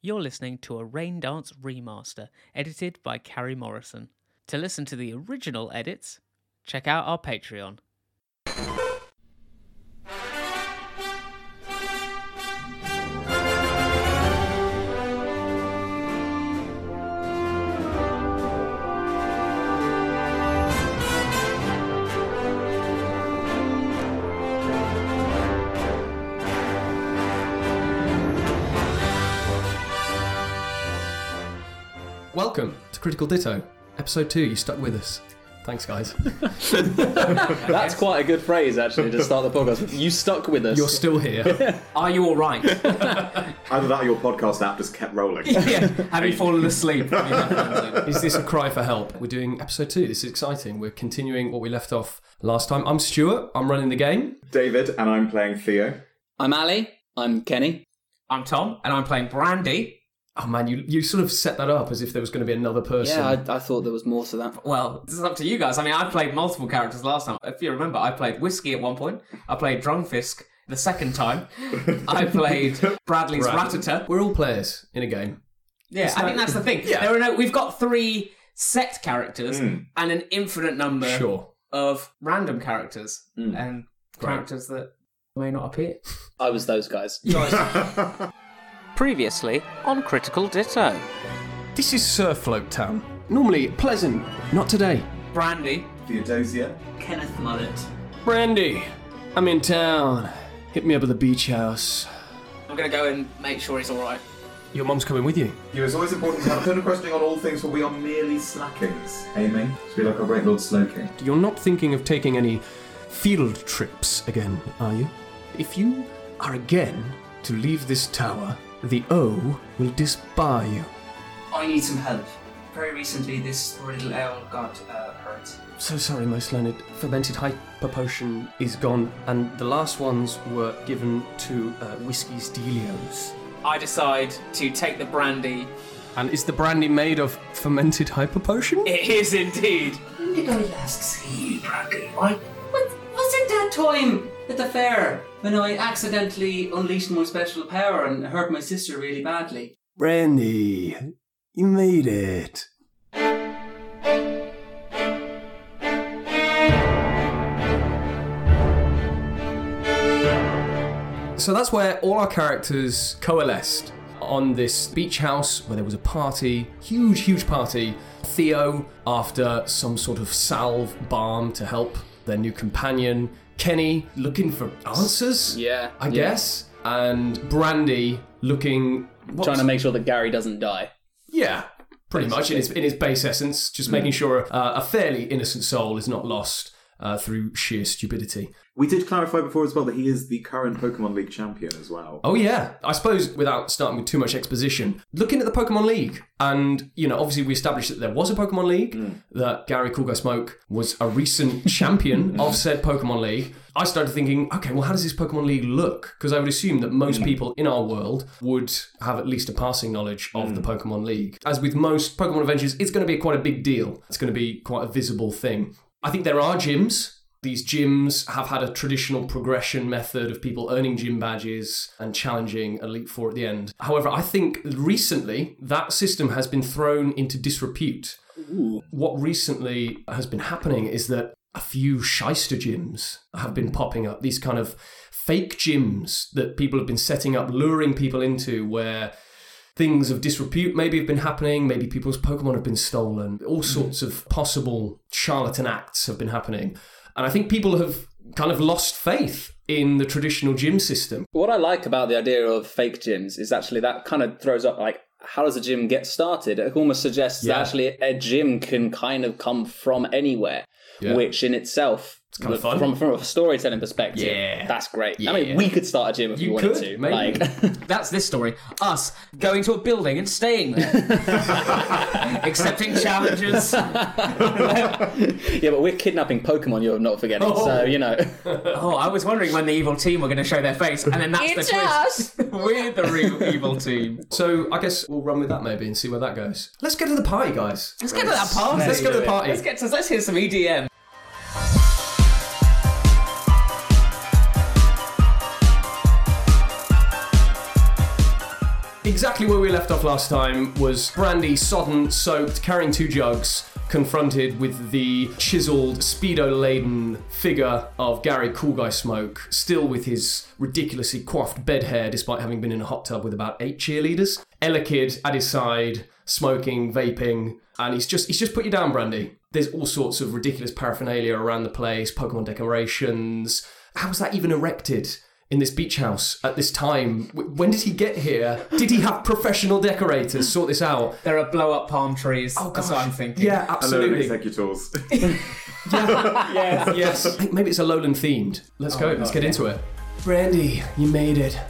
You're listening to a Raindance remaster, edited by Carrie Morrison. To listen to the original edits, check out our Patreon. Welcome to Critical Ditto, episode two. You stuck with us. Thanks, guys. That's quite a good phrase, actually, to start the podcast. with. You stuck with us. You're still here. Are you all right? Either that or your podcast app just kept rolling. yeah. Have you fallen asleep? Is this a cry for help? We're doing episode two. This is exciting. We're continuing what we left off last time. I'm Stuart. I'm running the game. David and I'm playing Theo. I'm Ali. I'm Kenny. I'm Tom, and I'm playing Brandy. Oh man, you you sort of set that up as if there was going to be another person. Yeah, I, I thought there was more to that. Well, this is up to you guys. I mean, I played multiple characters last time. If you remember, I played Whiskey at one point. I played Drumfisk the second time. I played Bradley's Brad. Ratata. We're all players in a game. Yeah, I think that's the thing. There are no, we've got three set characters and an infinite number Hmm. Sure. Hmm. of random characters and characters that may not appear. I was those guys. Previously on Critical Ditto. This is Surf Float Town. Normally pleasant, not today. Brandy. Theodosia. Kenneth Mullet. Brandy, I'm in town. Hit me up at the beach house. I'm going to go and make sure he's alright. Your mum's coming with you. You it's always important to have a ton of questioning on all things, for we are merely slackings. Aiming to be like a great Lord Slowking. You're not thinking of taking any field trips again, are you? If you are again to leave this tower, the O will disbar you. I need some help. Very recently, this poor little owl got uh, hurt. So sorry, most learned. Fermented hyper potion is gone, and the last ones were given to uh, Whiskey's Delios. I decide to take the brandy. And is the brandy made of fermented hyper potion? It is indeed. When did I last see you, Bracken? Why? What, was it that time at the fair when I accidentally unleashed my special power and hurt my sister really badly? Brandy, you made it. So that's where all our characters coalesced on this beach house where there was a party, huge, huge party. Theo, after some sort of salve balm to help their new companion, Kenny looking for answers, Yeah, I yeah. guess, and Brandy looking what- Trying to make sure that Gary doesn't die. yeah, pretty much in his in his base essence, just making sure uh, a fairly innocent soul is not lost uh, through sheer stupidity. We did clarify before as well that he is the current Pokemon League champion as well. Oh yeah, I suppose without starting with too much exposition, looking at the Pokemon League, and you know, obviously we established that there was a Pokemon League, that Gary Coolgo Smoke was a recent champion of said Pokemon League. I started thinking, okay, well, how does this Pokemon League look? Because I would assume that most people in our world would have at least a passing knowledge of the Pokemon League. As with most Pokemon adventures, it's going to be quite a big deal. It's going to be quite a visible thing. I think there are gyms these gyms have had a traditional progression method of people earning gym badges and challenging Elite Four at the end. However, I think recently that system has been thrown into disrepute. What recently has been happening is that a few shyster gyms have been popping up, these kind of fake gyms that people have been setting up, luring people into where things of disrepute maybe have been happening, maybe people's Pokemon have been stolen, all Mm-hmm. sorts of possible charlatan acts have been happening. And I think people have kind of lost faith in the traditional gym system. What I like about the idea of fake gyms is actually that kind of throws up like, how does a gym get started? It almost suggests Yeah. that actually a gym can kind of come from anywhere, Yeah. which in itself. kind of fun. From, from a storytelling perspective, Yeah. that's great. I Yeah. mean, we could start a gym if You we wanted could, to. maybe. Like, That's this story. Us going to a building and staying there. Accepting challenges. yeah, but we're kidnapping Pokemon. You're not forgetting, so you know. Oh, I was wondering when the evil team were going to show their face, and then that's the twist. We're the real evil team. So I guess we'll run with that maybe and see where that goes. Let's get to the party, guys. Let's get to that party. Let's go to the party. Let's get to. Let's hear E some EDM. Exactly where we left off last time was Brandy, sodden, soaked, carrying two jugs, confronted with the chiseled, speedo laden figure of Gary Cool Guy Smoke, still with his ridiculously coiffed bed hair despite having been in a hot tub with about eight cheerleaders. Ella Kid at his side, smoking, vaping, and he's just he's just put you down, Brandy. There's all sorts of ridiculous paraphernalia around the place, Pokemon decorations. How was that even erected? in this beach house at this time. W- When did he get here? Did he have professional decorators sort this out? There are blow up palm trees. Oh, That's what gosh. I'm thinking. Yeah, Hello, absolutely. executors. Yes. Maybe it's a Lowland themed. Let's go. Let's get into it. Brandy, you made it.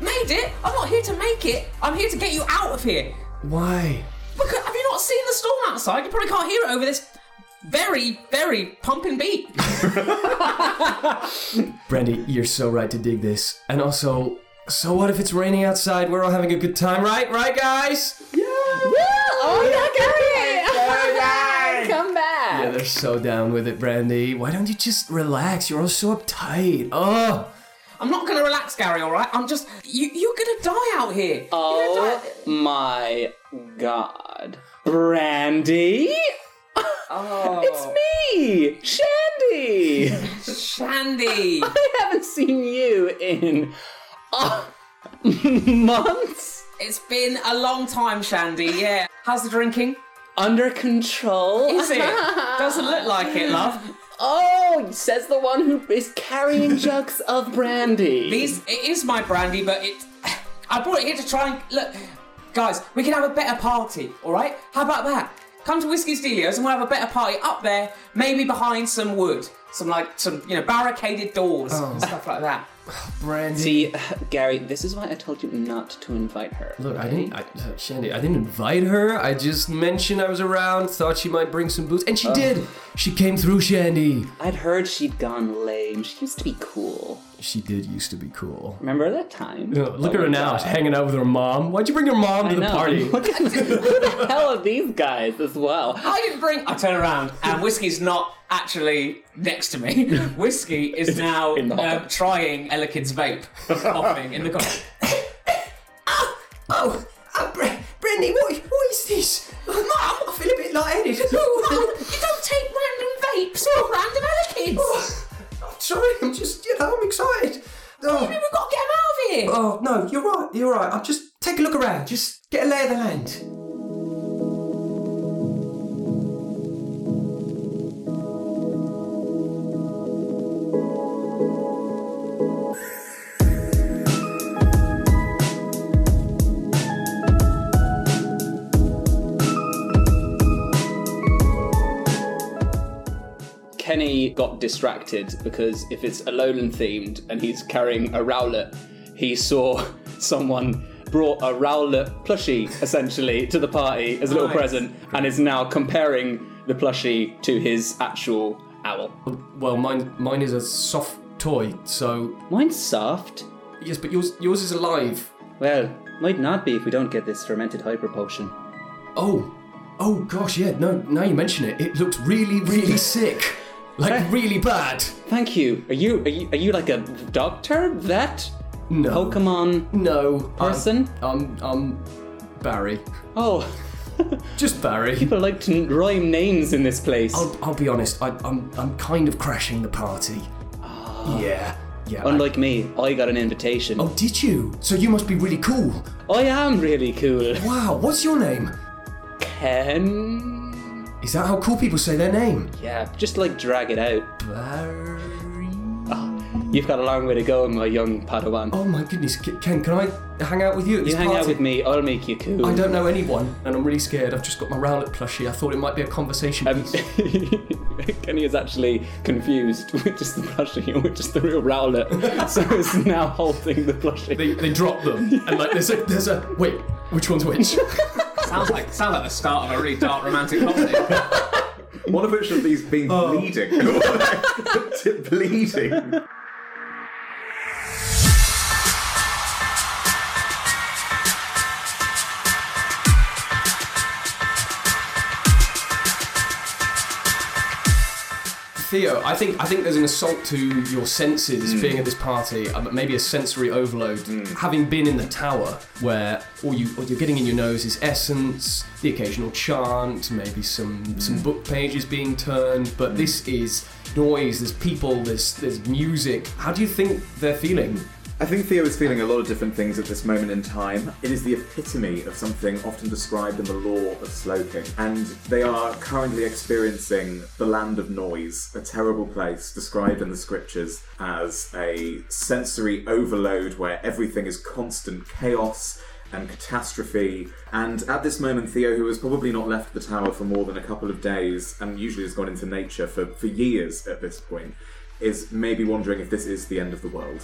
Made it? I'm not here to make it. I'm here to get you out of here. Why? Because have you not seen the storm outside? You probably can't hear it over this very, very pumping beat. Brandy, you're so right to dig this. And also, so what if it's raining outside? We're all having a good time, right? Right, guys? Oh, yeah, come back! Come Yeah, back! they're so down with it, Brandy. Why don't you just relax? You're all so uptight. Oh, I'm not gonna relax, Gary. All right. I'm just you. You're gonna die out here. You're gonna Oh die- my god. Brandy? Oh, Me! Shandy! Shandy. I haven't seen you in uh, months. it's been a long time, Shandy. Yeah. How's the drinking? Under control. Is it? Doesn't look like it, love. Oh, says the one who is carrying jugs of brandy. These. It is my brandy, but it. I brought it here to try and look. Guys, we can have a better party. All right. How about that? Come to Whiskey Stelios and we'll have a better party up there, maybe behind some wood, some like some you know barricaded doors and stuff like that. Brandy. See, Gary, this is why I told you not to invite her. Look, I didn't, I, uh, Shandy, I didn't invite her. I just mentioned I was around, thought she might bring some booze, and Oh. she did. She came through, Shandy. I'd heard she'd gone lame. She used to be cool. She did used to be cool. Remember that time? Look at her now, hanging out with her mom. Why'd you bring your mom to the No. party? Look at the hell are these guys as well? I didn't bring. I turn around and whiskey's not actually next to me. Whiskey is now In the hot um, tub. trying Elekid's vape, coughing in the car. Oh, uh, Brandy, what, what is this? Mom, I feel a bit lightheaded. Oh, you don't take random vapes or random Elekid's. I'm sorry, I'm just, you know, I'm excited. Oh, We've got to get him out of here. oh, no, you're right, you're right. I'll just take a look around, just get a lay of the land. Kenny got distracted because if it's Alolan themed and he's carrying a Rowlet, he saw someone brought a Rowlet plushie essentially to the party as a little Nice. present and is now comparing the plushie to his actual owl. Well, mine, mine is a soft toy, so Mine's soft. Yes, but yours yours is alive. Well, might not be if we don't get this fermented hyper potion. Oh, oh gosh, yeah. No, now you mention it, it looks really, really sick, like really bad. Thank you. Are you are you, are you like a doctor, vet, No, Pokemon no I'm- person? I'm I'm Barry, Oh, just Barry. people like to rhyme names in this place. I'll, I'll be honest. I, I'm I'm kind of crashing the party. Yeah, yeah. I- Ah. Unlike me, I got an invitation. oh, did you? So you must be really cool. I am really cool. Wow, what's your name? Ken. Is that how cool people say their name? Yeah, just like drag it out. Barry. You've got a long way to go, my young Padawan. Oh my goodness, K- Ken, can I hang out with you at this you hang party? out with me, I'll make you cool. I don't know anyone, and I'm really scared. I've just got my Rowlet plushie. I thought it might be a conversation. Um, Kenny is actually confused with just the plushie and with just the real Rowlet, so it's now holding the plushie. they, they drop them, and like there's a there's a wait, which one's which? Sounds like sounds like the start of a really dark romantic comedy. One of which of these being bleeding. bleeding. Theo, I think I think there's an assault to your senses being at this party, uh, maybe a sensory overload. Having been in the tower, where all you all you're getting in your nose is essence, the occasional chant, maybe some some book pages being turned, but this is noise. There's people. There's there's music. How do you think they're feeling? I think Theo is feeling a lot of different things at this moment in time. It is the epitome of something often described in the law of Sloking, and they are currently experiencing the land of noise, a terrible place described in the scriptures as a sensory overload where everything is constant chaos and catastrophe. And at this moment, Theo, who has probably not left the tower for more than a couple of days and usually has gone into nature for, for years at this point, is maybe wondering if this is the end of the world.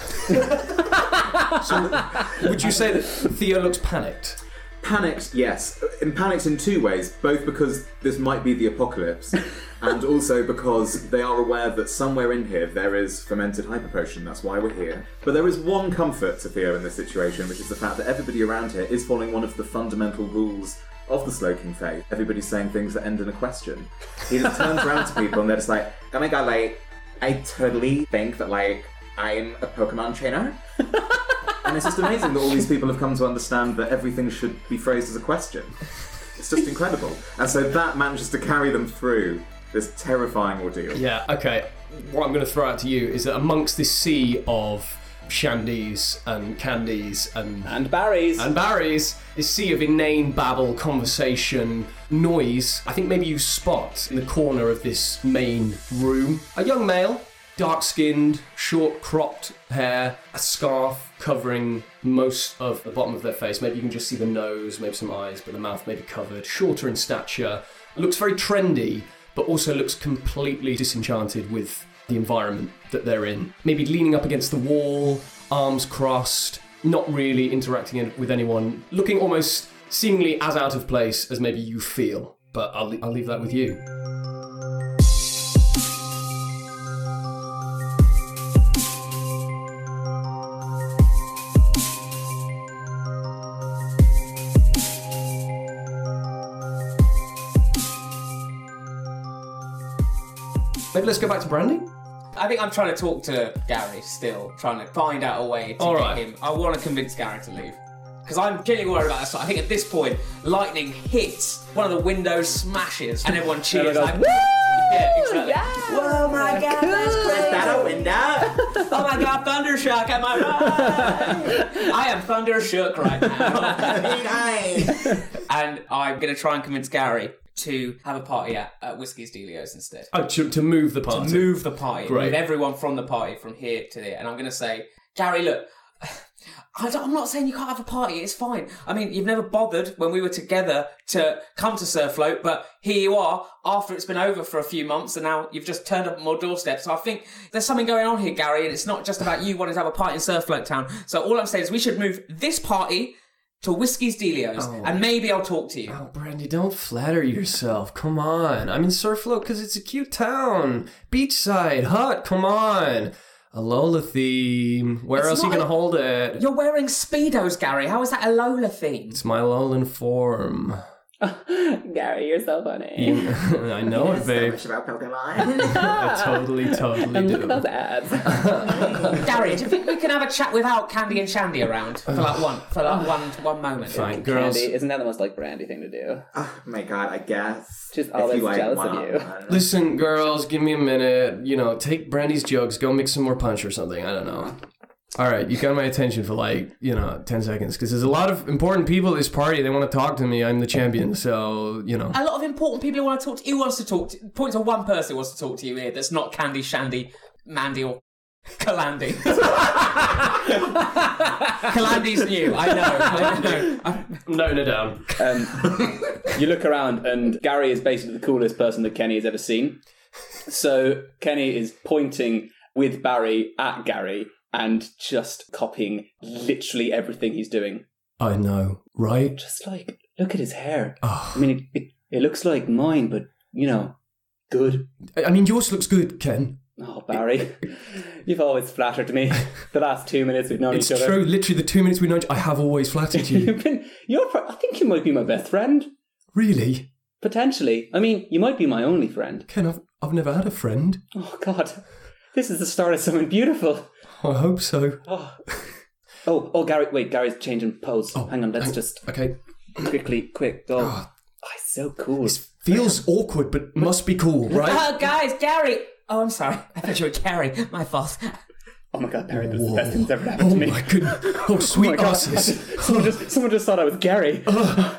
Would you say that Theo looks panicked? Panicked, yes. And panicked in two ways, both because this might be the apocalypse, and also because they are aware that somewhere in here there is fermented hyper potion, that's why we're here. But there is one comfort to Theo in this situation, which is the fact that everybody around here is following one of the fundamental rules of the Sloking faith. Everybody's saying things that end in a question. He just turns around to people and they're just like, oh my god, like, I totally think that, like, I'm a Pokemon trainer. And it's just amazing that all these people have come to understand that everything should be phrased as a question. It's just incredible. And so that manages to carry them through this terrifying ordeal. Yeah, okay. What I'm going to throw out to you is that amongst this sea of shandies and candies and And Barry's. and Barry's, this sea of inane babble, conversation, noise, I think maybe you spot in the corner of this main room a young male, dark skinned, short cropped hair, a scarf covering most of the bottom of their face. Maybe you can just see the nose, maybe some eyes, but the mouth maybe covered, shorter in stature, looks very trendy, but also looks completely disenchanted with the environment that they're in. Maybe leaning up against the wall, arms crossed, not really interacting in- with anyone, looking almost seemingly as out of place as maybe you feel. But I'll, le- I'll leave that with you. Maybe let's go back to Brandy. I think I'm trying to talk to Gary still, trying to find out a way to All get right. him. I want to convince Gary to leave. Because I'm genuinely worried about this. I think at this point, lightning hits one of the windows, smashes, and everyone cheers. Everyone like, goes, Woo! Yeah, exactly. Oh my god, that's crazy. That a window? Oh my god, Thundershock, am I right? I am Thundershook right now. and I'm going to try and convince Gary to have a party at, at Whiskey's Delios instead. Oh, to, to move the party. Move the party. Great. Move everyone from the party from here to there. And I'm going to say, Gary, look, I don't, I'm not saying you can't have a party. It's fine. I mean, you've never bothered when we were together to come to Surfloat, but here you are after it's been over for a few months, and now you've just turned up at my doorstep. So I think there's something going on here, Gary, and it's not just about you wanting to have a party in Surfloat Town. So all I'm saying is we should move this party to Whiskey's Delios, and maybe I'll talk to you. Oh, Brandy, don't flatter yourself. Come on. I'm in Surfloat because it's a cute town. Beachside, hut, come on. Alola theme. Where It's else are you not going to a- hold it? You're wearing speedos, Gary. How is that a Lola theme? It's my Alolan form. Gary, you're so funny. I know it, babe. about Pokemon. I totally, totally And do. look at those ads. Gary, do you think we can have a chat without Candy and Shandy around for like one for like one one moment? Fine, girls. Brandy, isn't that the most like Brandy thing to do? oh my god, I guess. She's If always like, jealous wow. of you. Listen, girls, give me a minute. You know, take Brandy's jugs, go mix some more punch or something. I don't know. All right, you got my attention for like, you know, 10 seconds because there's a lot of important people at this party. They want to talk to me. I'm the champion. So, you know. A lot of important people who want to talk to you wants to talk to point to one person who wants to talk to you here that's not Candy, Shandy, Mandy or Kalandi. Kalandi's new, I know, I know. I- No, no, down. Um, You look around, and Gary is basically the coolest person that Kenny has ever seen. So Kenny is pointing with Barry at Gary and just copying literally everything he's doing. I know, right? Just like, look at his hair. I mean, it, it, it looks like mine, but you know, good. I I mean, yours looks good, Ken. Oh, Barry, you've always flattered me. The last two minutes we've known It's each other. true. Literally, the two minutes we know, each- I have always flattered you. You've been, you're, pro- I think you might be my best friend. really? Potentially. I mean, you might be my only friend. Ken, I've, I've never had a friend. Oh, God. This is the start of something beautiful. I hope so. Oh, oh, Gary, wait, Gary's changing pose. hang on, let's hang- just Oh, Okay. quickly, quick, go. Oh, it's so cool. Feels awkward, but must be cool, right? Oh, guys, Gary. Oh, I'm sorry. I thought you were Gary. My fault. oh my god, Gary, this is the Whoa. best thing that's ever happened Oh to me. my goodness. Oh, sweet God. asses. Someone just, someone just thought I was Gary. Oh.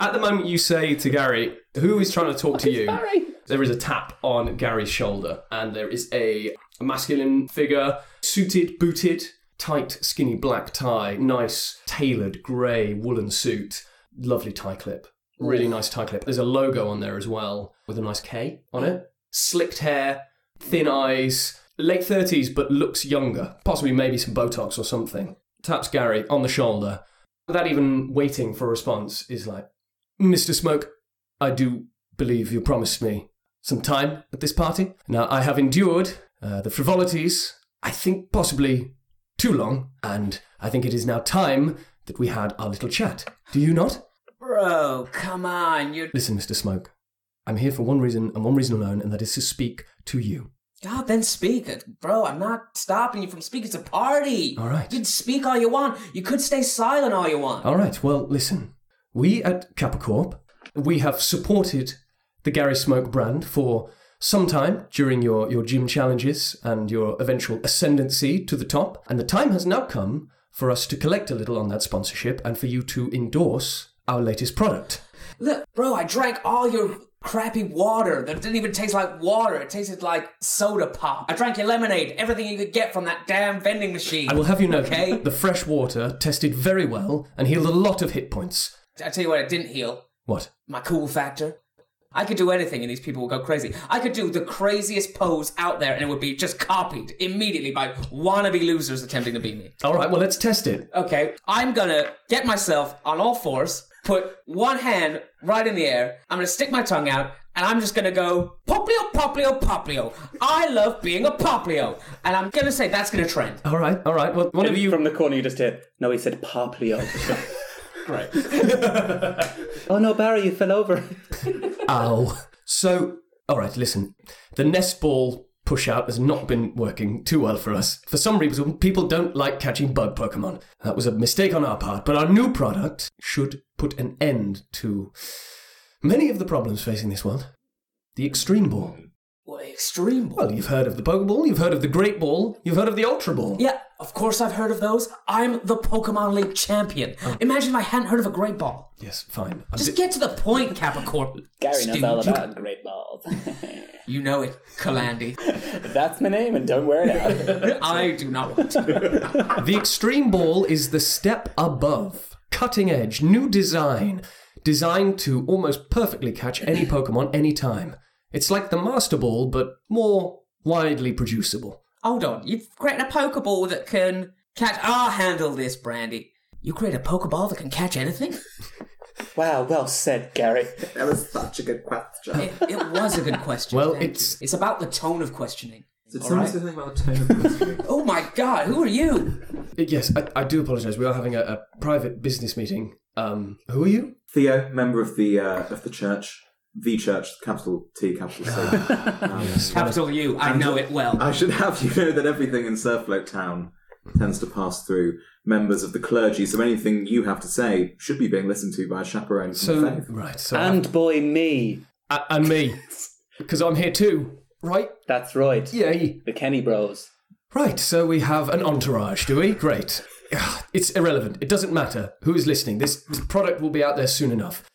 At the moment, you say to Gary, who is trying to talk to you? Sorry. There is a tap on Gary's shoulder, and there is a masculine figure, suited, booted, tight, skinny black tie, nice, tailored grey woolen suit, lovely tie clip. Really nice tie clip. There's a logo on there as well with a nice K on it. Slicked hair, thin eyes, late 30s, but looks younger. Possibly maybe some Botox or something. Taps Gary on the shoulder. Without even waiting for a response, is like, Mr. Smoke, I do believe you promised me some time at this party. Now, I have endured uh, the frivolities, I think possibly too long, and I think it is now time that we had our little chat. Do you not? Bro, come on. You're. Listen, Mr. Smoke, I'm here for one reason and one reason alone, and that is to speak to you. God, then speak. Bro, I'm not stopping you from speaking. It's a party. All right. You can speak all you want. You could stay silent all you want. All right, well, listen. We at Capricorp, we have supported the Gary Smoke brand for some time during your, your gym challenges and your eventual ascendancy to the top. And the time has now come for us to collect a little on that sponsorship and for you to endorse our latest product. Look, bro, I drank all your crappy water that didn't even taste like water. It tasted like soda pop. I drank your lemonade, everything you could get from that damn vending machine. I will have you know Okay. the fresh water tested very well and healed a lot of hit points. I tell you what, it didn't heal. What? My cool factor. I could do anything and these people would go crazy. I could do the craziest pose out there and it would be just copied immediately by wannabe losers attempting to beat me. All right, well, let's test it. Okay, I'm gonna get myself on all fours, put one hand right in the air, I'm gonna stick my tongue out, and I'm just gonna go, Poplio, Poplio, Poplio. I love being a Poplio. And I'm gonna say that's gonna trend. All right, all right. Well, one of you. From the corner, you just hear, no, he said Poplio. Great. oh no, Barry, you fell over. Ow. Oh. So, all right, listen. The nest ball push out has not been working too well for us. For some reason, people don't like catching bug Pokemon. That was a mistake on our part, but our new product should put an end to many of the problems facing this world. The Extreme Ball. What extreme ball. Well, you've heard of the Pokeball, you've heard of the Great Ball, you've heard of the Ultra Ball. Yeah, of course I've heard of those. I'm the Pokemon League champion. Oh. Imagine if I hadn't heard of a great ball. Yes, fine. I'm Just get to the point, Capricorn. Gary knows all Stooge. about great balls. You know it, Kalandi. That's my name, and don't wear it out. I do not want to. The extreme ball is the step above. Cutting edge, new design, designed to almost perfectly catch any Pokemon anytime. It's like the Master Ball, but more widely producible. Hold on, you've created a Pokeball that can catch. I'll handle this, Brandy. You create a Pokeball that can catch anything? wow, well said, Gary. That was such a good question. It, it was a good question. Well, thank you. it's- It's about the tone of questioning. Did All someone right. say something about tone? Oh my god, who are you? Uh, Yes, I, I do apologize. We are having a, a private business meeting. Um, who are you? Theo, member of the uh, of the church, the church, capital T, capital C. Capital U, I know it well. I should have you know that everything in Surfloat Town tends to pass through members of the clergy, so anything you have to say should be being listened to by a chaperone from So, Faith. right, so. And boy, me. A- and me. Because I'm here too, right? That's right. Yay. The Kenny Bros. Right, so we have an entourage, do we? Great. Ugh, It's irrelevant. It doesn't matter who is listening. This product will be out there soon enough.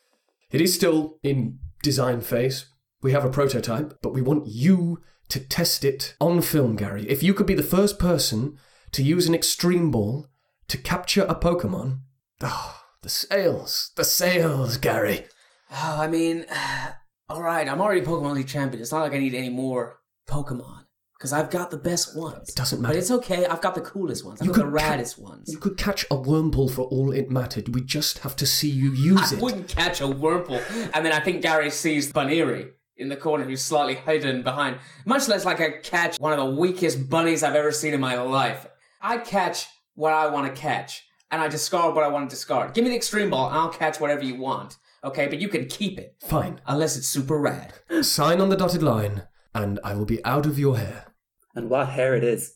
It is still in design phase. We have a prototype, but we want you to test it on film, Gary. If you could be the first person to use an extreme ball to capture a Pokemon, Ah, the sales, the sales, Gary. Oh, I mean, alright, I'm already Pokemon League champion. It's not like I need any more Pokemon. Because I've got the best ones. It doesn't But matter. it's okay, I've got the coolest ones. I've You got the could ca- raddest ones. You could catch a wormball for all it mattered. We just have to see you use I it. wouldn't catch a Whirlpool. And then I think Gary sees Bunnery in the corner who's slightly hidden behind. Much less like I catch one of the weakest bunnies I've ever seen in my life. I catch what I want to catch. and I discard what I want to discard. Give me the extreme ball, and I'll catch whatever you want. Okay, but you can keep it Fine. unless it's super rad. Sign on the dotted line, and I will be out of your hair. And what hair it is.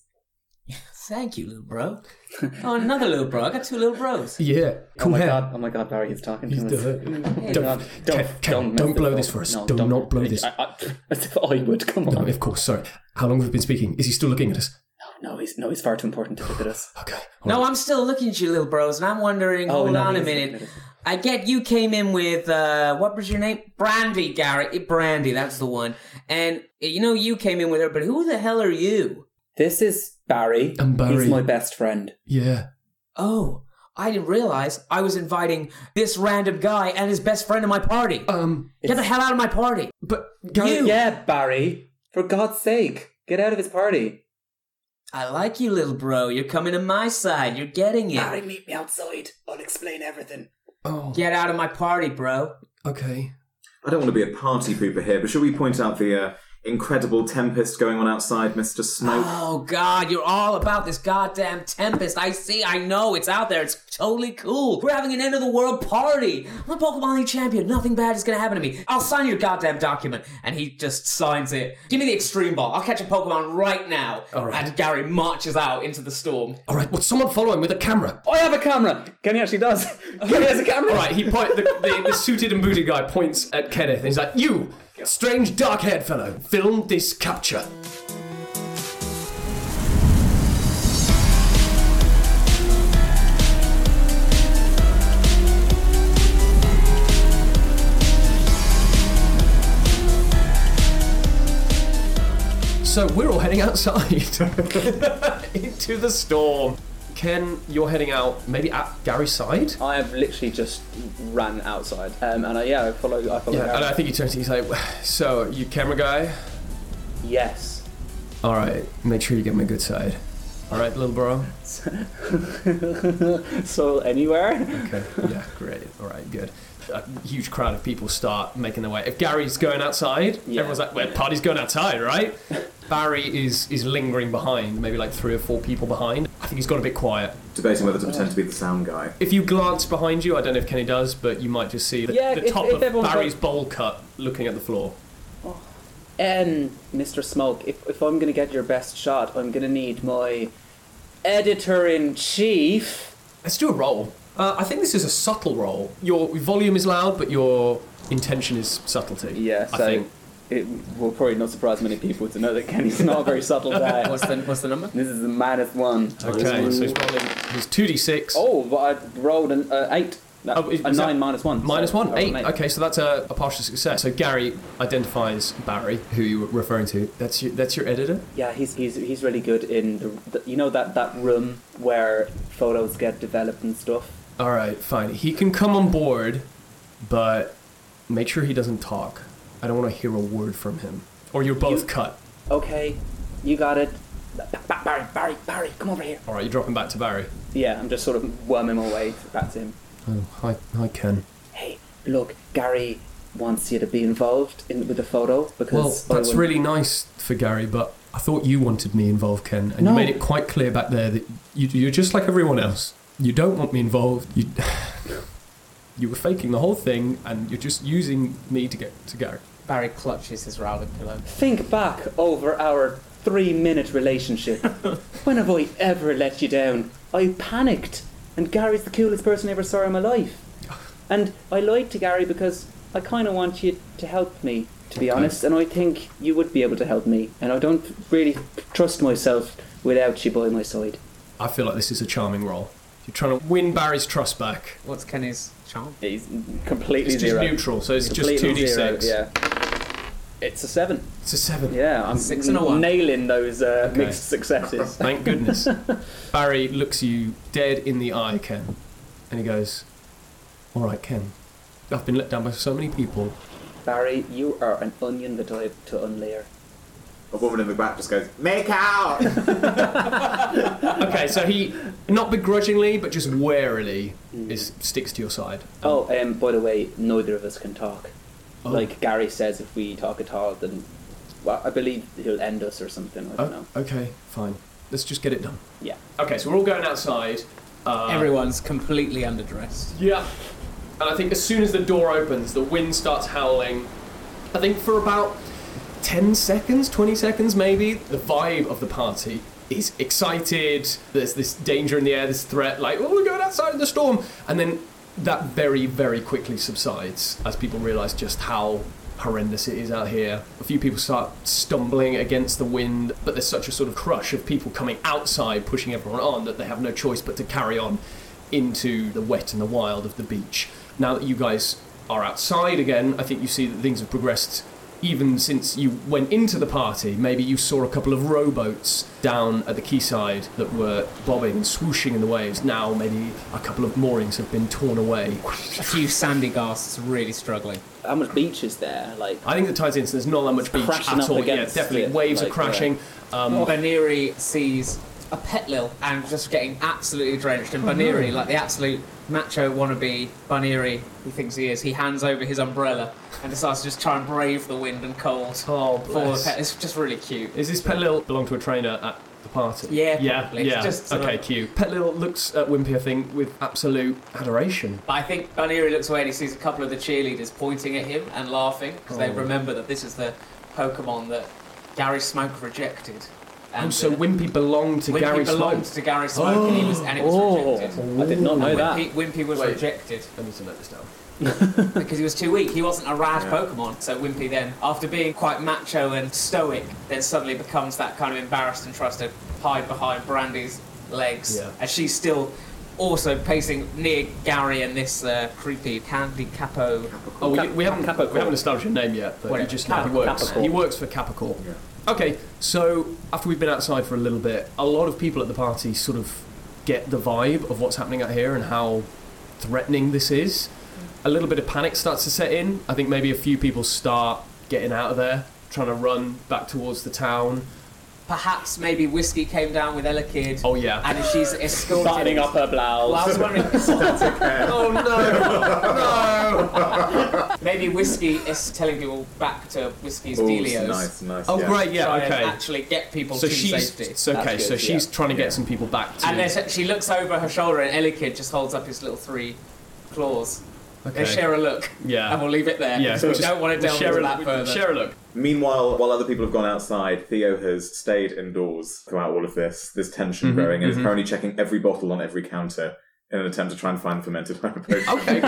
Thank you, little bro. Oh, another little bro. I got two little bros. Yeah. Oh Cool my hair. god, oh my god, Barry, he's talking to He's us. the- Hey, Don't- God, Ken, Ken, mess don't it blow up. this for us. No, Do not blow this. I, I, as if I would, come on. Oh, of course, sorry. How long have we been speaking? Is he still looking at us? No, he's, no, he's far too important to look at us. Okay. all No, right. I'm still looking at you, little bros, and I'm wondering. Oh, hold no, on a he's- minute. I get you came in with uh, what was your name? Brandy, Gary. Eh, Brandy, that's the one. And eh, you know you came in with her, but who the hell are you? This is Barry. I'm Barry. He's my best friend. Yeah. Oh, I didn't realize I was inviting this random guy and his best friend to my party. Um, get the hell out of my party! but Gary, You. Yeah, Barry. For God's sake, get out of his party. I like you, little bro. You're coming to my side. You're getting it. meet me outside. I'll explain everything. Oh, Get out of my party, bro. okay. I don't want to be a party pooper here, but should we point out the uh, incredible tempest going on outside, Mr. Snoke? Oh God, you're all about this goddamn tempest. I see, I know, it's out there. It's totally cool. We're having an end of the world party. I'm a Pokemon League champion. Nothing bad is gonna happen to me. I'll sign your goddamn document. And he just signs it. Give me the extreme ball. I'll catch a Pokemon right now. All right. And Gary marches out into the storm. All right. Well, someone follow him with a camera. I have a camera. Kenny actually does. Kenny has a camera. All right. He point the, the, the suited and booted guy points at Kenneth. And he's like, "You, strange dark-haired fellow, film this capture." So we're all heading outside into the storm. Ken, you're heading out maybe at Gary's side. I have literally just ran outside, um, and I, yeah, I follow. I follow. Yeah, Gary. and I think he turns to you and he's like, So, you camera guy? Yes. Alright, make sure you get my good side. Alright, little bro? So anywhere. Okay. Yeah, great. Alright, good. A huge crowd of people start making their way. If Gary's going outside, everyone's like, well, party's going outside, right? Barry is, is lingering behind, maybe like three or four people behind. I think he's got a bit quiet. Debating whether to pretend to be the sound guy. If you glance behind you, I don't know if Kenny does, but you might just see the, Yeah, the if- top if of everyone's Barry's bowl cut looking at the floor. Um, Mr. Smoke, if, if I'm gonna get your best shot, I'm gonna need my editor in chief. Let's do a roll. Uh, I think this is a subtle roll. Your volume is loud, but your intention is subtlety. Yeah, I so think. it will probably not surprise many people to know that Kenny's not a very subtle guy. What's the what's the number? this is the maddest one. Okay, so he's rolling his 2d6. Oh, but I rolled an uh, eight. No, Oh, is- a is that- nine minus one. Minus So I one, rolled eight. an Okay, so that's a, a partial success. So Gary identifies Barry, who you were referring to. That's your, that's your editor? Yeah, he's he's he's really good in the, the you know that that room where photos get developed and stuff. All right, fine. He can come on board, but make sure he doesn't talk. I don't want to hear a word from him. Or you're both You- cut. Okay, you got it. Ba- Ba- Barry, Barry, Barry, come over here. All right, you're dropping back to Barry. Yeah, I'm just sort of worming my way back to him. Oh, hi, hi Ken. Hey, look, Gary wants you to be involved in with the photo Well, because I that's will- really nice for Gary, but I thought you wanted me involved, Ken, and No. you made it quite clear back there that you, you're just like everyone else. You don't want me involved. You, you were faking the whole thing, and you're just using me to get to Gary. Barry clutches his Rowling pillow. think back over our three-minute relationship. when have I ever let you down? I panicked, and Gary's the coolest person I ever saw in my life. And I lied to Gary because I kind of want you to help me, to be honest, and I think you would be able to help me. And I don't really trust myself without you by my side. I feel like this is a charming role. You're trying to win Barry's trust back. What's Kenny's charm? eight. He's completely It's just zero. neutral, so it's just two Completely d zero, six. Yeah. It's a seven. It's a seven. Yeah, I'm Six and a one. nailing those uh, Okay. mixed successes. Thank goodness. Barry looks you dead in the eye, Ken, and he goes, "All right, Ken, I've been let down by so many people. Barry, you are an onion that I have to unlayer. A woman in the back just goes, Make out! Okay, so he, not begrudgingly, but just warily, is sticks to your side. Oh, um, by the way, neither of us can talk. Oh. Like Gary says, if we talk at all, then well, I believe he'll end us or something. I don't know. okay, fine. Oh, Let's just get it done. Yeah. Okay, so we're all going outside. Everyone's completely underdressed. Yeah. And I think as soon as the door opens, the wind starts howling. I think for about 10 seconds, 20 seconds maybe, the vibe of the party is excited. There's this danger in the air, this threat, like, oh, we're going outside in the storm. And then that very, very quickly subsides as people realize just how horrendous it is out here. A few people start stumbling against the wind, but there's such a sort of crush of people coming outside, pushing everyone on, that they have no choice but to carry on into the wet and the wild of the beach. Now that you guys are outside again, I think you see that things have progressed even since you went into the party. Maybe you saw a couple of rowboats down at the quayside that were bobbing and swooshing in the waves. Now maybe a couple of moorings have been torn away. A few sandy ghasts really struggling. How much beach is there? Like, I think that ties in, so there's not that much beach crashing at up all. Yeah, against definitely. it, Waves like, are crashing. Um, Or Baneri Oh. sees a Petlil and just getting absolutely drenched. And Baneri, like the absolute macho wannabe Baneri he thinks he is, he hands over his umbrella and decides to just try and brave the wind and cold Oh, for the bless. pet. It's just really cute. Is this Pet Lil belong to a trainer at the party? Yeah, yeah, probably. yeah. It's just sort okay, of- cute. Pet Lil looks at Wimpy, I think, with absolute adoration. But I think Baneri looks away and he sees a couple of the cheerleaders pointing at him and laughing because they Oh. remember that this is the Pokemon that Gary Smoke rejected. And And Oh, so uh, Wimpy belonged to Wimpy Gary belonged Smoke. to Gary Smoke and, he was, and it was Oh. rejected. I did not know that. Wimpy, Wimpy was Wait. rejected. I need to note this down. because he was too weak. He wasn't a rad Yeah. Pokemon. So Wimpy then, after being quite macho and stoic, then suddenly becomes that kind of embarrassed and tries to hide behind Brandy's legs. Yeah. And she's still also pacing near Gary and this uh, creepy Candy Capo. Oh, we, we haven't Capricorn. we haven't established a name yet, but Whatever. you just know he works. Capricorn. He works for Capricorn. Okay, so after we've been outside for a little bit, a lot of people at the party sort of get the vibe of what's happening out here and how threatening this is. A little bit of panic starts to set in. I think maybe a few people start getting out of there, trying to run back towards the town. Perhaps maybe Whiskey came down with Ella Kid. Oh yeah. And she's escorted. buttoning up her blouse. Well, I was wondering, oh no! maybe Whiskey is telling people back to Whiskey's Oh, Delios. nice, nice. Oh yeah. great, yeah, Try and okay. actually get people So to she's safety. so- okay. That's so good, she's yeah. trying to get some people back to. And then she- she looks over her shoulder, and Elikid just holds up his little three claws. okay. They share a look, yeah. and we'll leave it there. yeah, we just- don't want to delve share into a- that further. Share a look. Meanwhile, while other people have gone outside, Theo has stayed indoors throughout all of this. This tension growing, and is currently checking every bottle on every counter in an attempt to try and find fermented hyperpotion. Okay.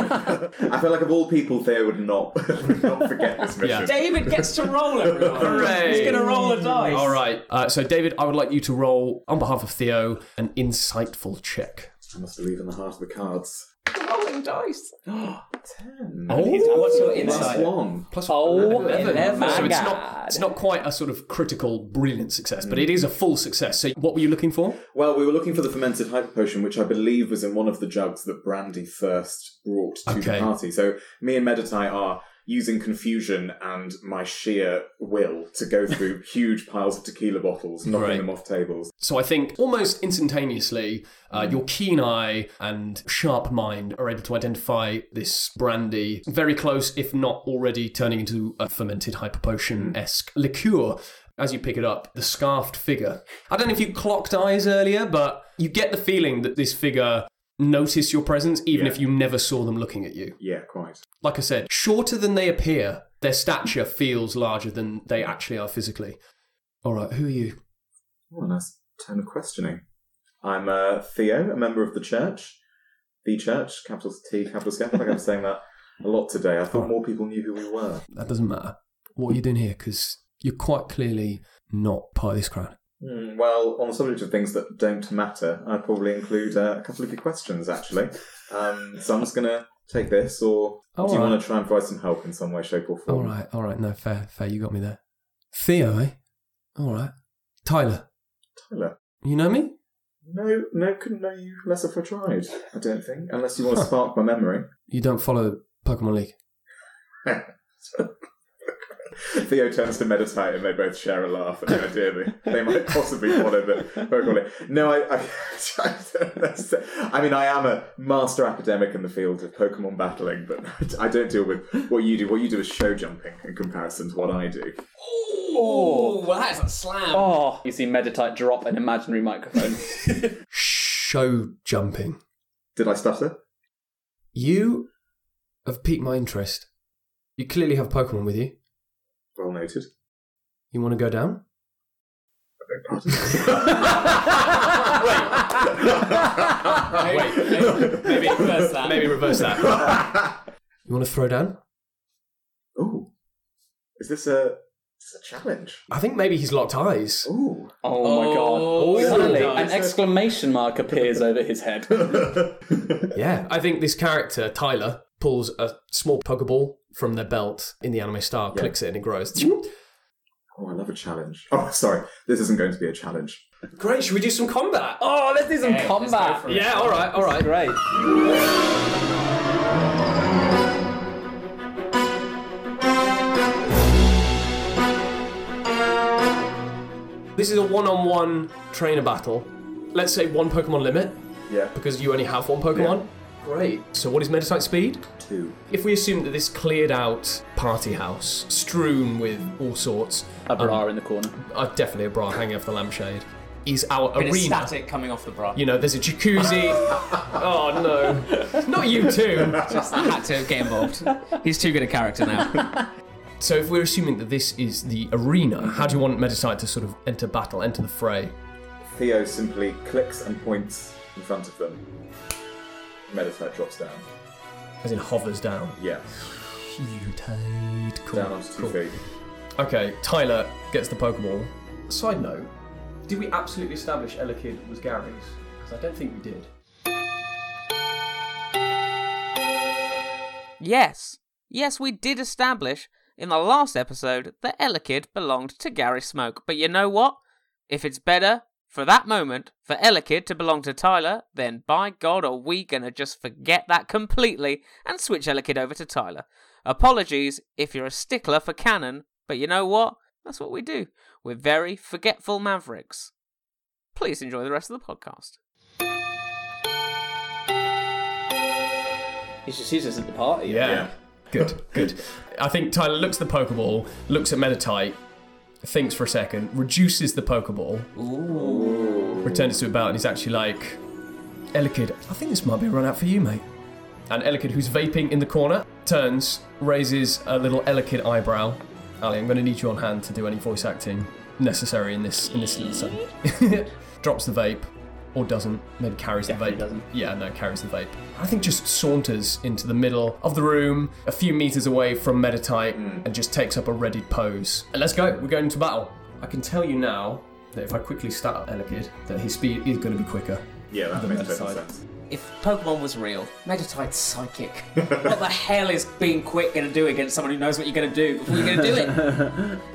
I feel like of all people, Theo would not would not forget this mission. Yeah. David gets to roll, everyone. Hooray. He's going to roll a dice. All right. Uh, so, David, I would like you to roll, on behalf of Theo, an insightful check. I must believe in the heart of the cards. Rolling dice. Ten. Oh, What's your Plus insight? one. Plus Oh, 11. So eleven. it's My not, God. it's not quite a sort of critical, brilliant success, but it is a full success. So what were you looking for? Well, we were looking for the fermented hyper potion, which I believe was in one of the jugs that Brandy first brought to Okay. the party. So me and Meditai are using confusion and my sheer will to go through huge piles of tequila bottles, knocking Right. them off tables. So I think almost instantaneously, uh, your keen eye and sharp mind are able to identify this brandy very close, if not already turning into a fermented hyperpotion esque liqueur. As you pick it up, the scarfed figure. I don't know if you clocked eyes earlier, but you get the feeling that this figure noticed your presence, even Yeah. if you never saw them looking at you. Yeah, quite. Like I said, shorter than they appear, their stature feels larger than they actually are physically. All right, who are you? Oh, a nice turn of questioning. I'm uh, Theo, a member of the church. The church, capital T, capital C. I feel like I'm saying that a lot today. I Oh. thought more people knew who we were. that doesn't matter. What are you doing here? Because you're quite clearly not part of this crowd. Hmm, well, on the subject of things that don't matter, I'd probably include uh, a couple of good questions, actually. Um, so I'm just going to take this, or All do you right. want to try and provide some help in some way, shape, or All form? right, all right. No, fair, fair. You got me there. Theo, eh? All right. Tyler, Tyler. you know me? No, no, couldn't know you less if I tried, I don't think. Unless you want to spark my memory. You don't follow Pokemon League. Theo turns to meditate and they both share a laugh at the idea that they might possibly follow the vocally. No, I, I, I, don't necessarily- I mean, I am a master academic in the field of Pokemon battling, but I don't deal with what you do. What you do is show jumping in comparison to what I do. Oh, well, that's a slam. Oh, you see Meditite drop an imaginary microphone. Show jumping. Did I stutter? You have piqued my interest. You clearly have Pokemon with you. Well noted. You want to go down? Wait, maybe, maybe reverse that. Maybe reverse that. you want to throw down? Ooh. Is this a, is this a challenge? I think maybe he's locked eyes. Ooh. Oh, my god. Oh, Suddenly, God. an exclamation mark appears over his head. Yeah. I think this character, Tyler, pulls a small Pokeball from their belt in the anime style, clicks it, and it grows. Oh, I love a challenge. Oh, sorry. This isn't going to be a challenge. Great, should we do some combat? oh, let's do some combat. yeah, alright, alright. Great. This is a one on one trainer battle. Let's say one Pokemon limit, Yeah. because you only have one Pokemon. Great. So, what is Metatite speed? Two. If we assume that this cleared out party house, strewn with all sorts, A bra in the corner. uh, definitely a bra hanging off the lampshade, is our Bit of arena. static coming off the bra. You know, there's a jacuzzi. oh no, not you too. I had to get involved. He's too good a character now. So, if we're assuming that this is the arena, how do you want Metatite to sort of enter battle, enter the fray? Theo simply clicks and points in front of them. Meditite drops down. As in, hovers down. Yeah. You tight. Cool. Down onto two cool. feet. Okay, Tyler gets the Pokeball. Side note, did we absolutely establish Elekid was Gary's? Because I don't think we did. Yes. Yes, we did establish in the last episode that Elekid belonged to Gary Smoke. But you know what? If it's better for that moment for Elekid to belong to Tyler, then by God are we going to just forget that completely and switch Elekid over to Tyler. Apologies if you're a stickler for canon, but you know what? That's what we do. We're very forgetful mavericks. Please enjoy the rest of the podcast. He's just, he's just at the party. Yeah. Good, good. I think Tyler looks at the Pokeball, looks at Meditite, thinks for a second, reduces the Pokeball, returns to about, and he's actually like, Elekid, I think this might be a run out for you, mate. And Elekid, who's vaping in the corner, turns, raises a little Elekid eyebrow. Ali, I'm going to need you on hand to do any voice acting necessary in this in this instance. Drops the vape, or doesn't. Maybe carries Definitely the vape. doesn't. Yeah, no, carries the vape. I think just saunters into the middle of the room, a few meters away from Meditite, Hmm. and just takes up a ready pose. And let's go. We're going into battle. I can tell you now that if I quickly start up Elekid, then his speed is going to be quicker. Yeah, that The makes total Meditite. sense. If Pokemon was real, Metatite's psychic. What the hell is being quick going to do against someone who knows what you're going to do before you're going to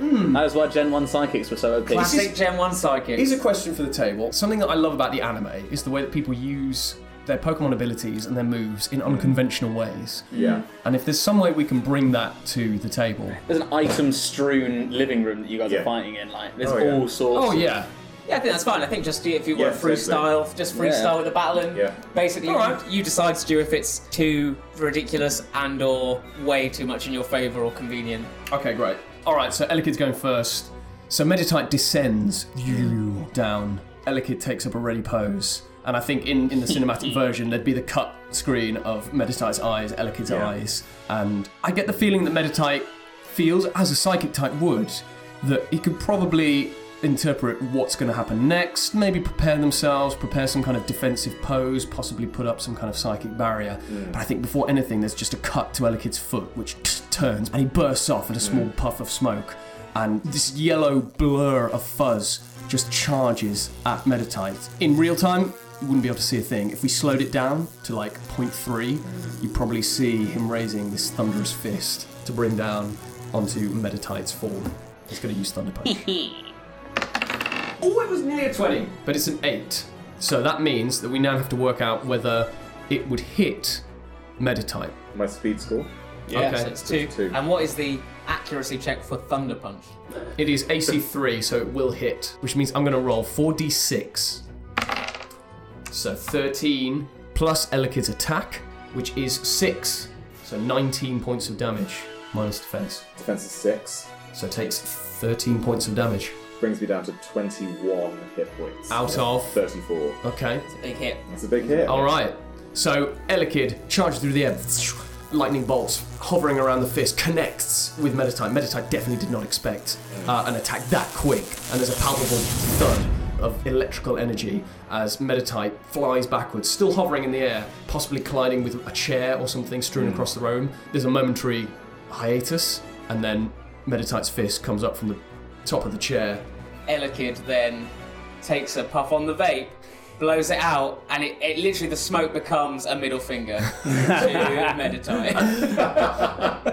do it? That is why Gen 1 psychics were so OP. Classic Gen 1 psychic. Here's a question for the table. Something that I love about the anime is the way that people use their Pokemon abilities and their moves in unconventional ways. Yeah. And if there's some way we can bring that to the table. There's an item strewn living room that you guys Yeah. are fighting in. Like, there's Oh, yeah. all sorts. Oh, yeah. Yeah, I think that's fine. I think just if you want Yeah, to freestyle, just freestyle Yeah. with the battling. Yeah. Basically, All right. you, you decide, Stu, if it's too ridiculous and or way too much in your favour or convenient. Okay, great. All right, so Elekid's going first. So Meditite descends down. Elekid takes up a ready pose. And I think in, in the cinematic version, there'd be the cut screen of Meditite's eyes, Elekid's Yeah. eyes. And I get the feeling that Meditite feels, as a psychic type would, that he could probably interpret what's going to happen next, maybe prepare themselves, prepare some kind of defensive pose, possibly put up some kind of psychic barrier. But I think before anything, there's just a cut to Elekid's foot, which turns and he bursts off in a small puff of smoke. And this yellow blur of fuzz just charges at Meditite. In real time, you wouldn't be able to see a thing. If we slowed it down to like 0.3, you'd probably see him raising this thunderous fist to bring down onto Meditite's form. He's going to use Thunder Punch. Oh, it was nearly a 20. But it's an 8. So that means that we now have to work out whether it would hit Meditite. My speed score? Yeah, Okay. so it's two. Two. And what is the accuracy check for Thunder Punch? It is AC3, so it will hit, which means I'm going to roll 4d6. So 13 plus Elekid's attack, which is 6. So 19 points of damage minus defense. Defense is six. So it takes 13 points of damage. Brings me down to 21 hit points. Out of. 34. Okay. Big hit. That's a big hit. All right. So Elekid charges through the air, lightning bolts hovering around the fist, connects with Meditite. Meditite definitely did not expect uh, an attack that quick, and there's a palpable thud of electrical energy as Meditite flies backwards, still hovering in the air, possibly colliding with a chair or something strewn across the room. There's a momentary hiatus, and then Meditite's fist comes up from the top of the chair. Elekid then takes a puff on the vape, blows it out, and it, it literally the smoke becomes a middle finger to meditate.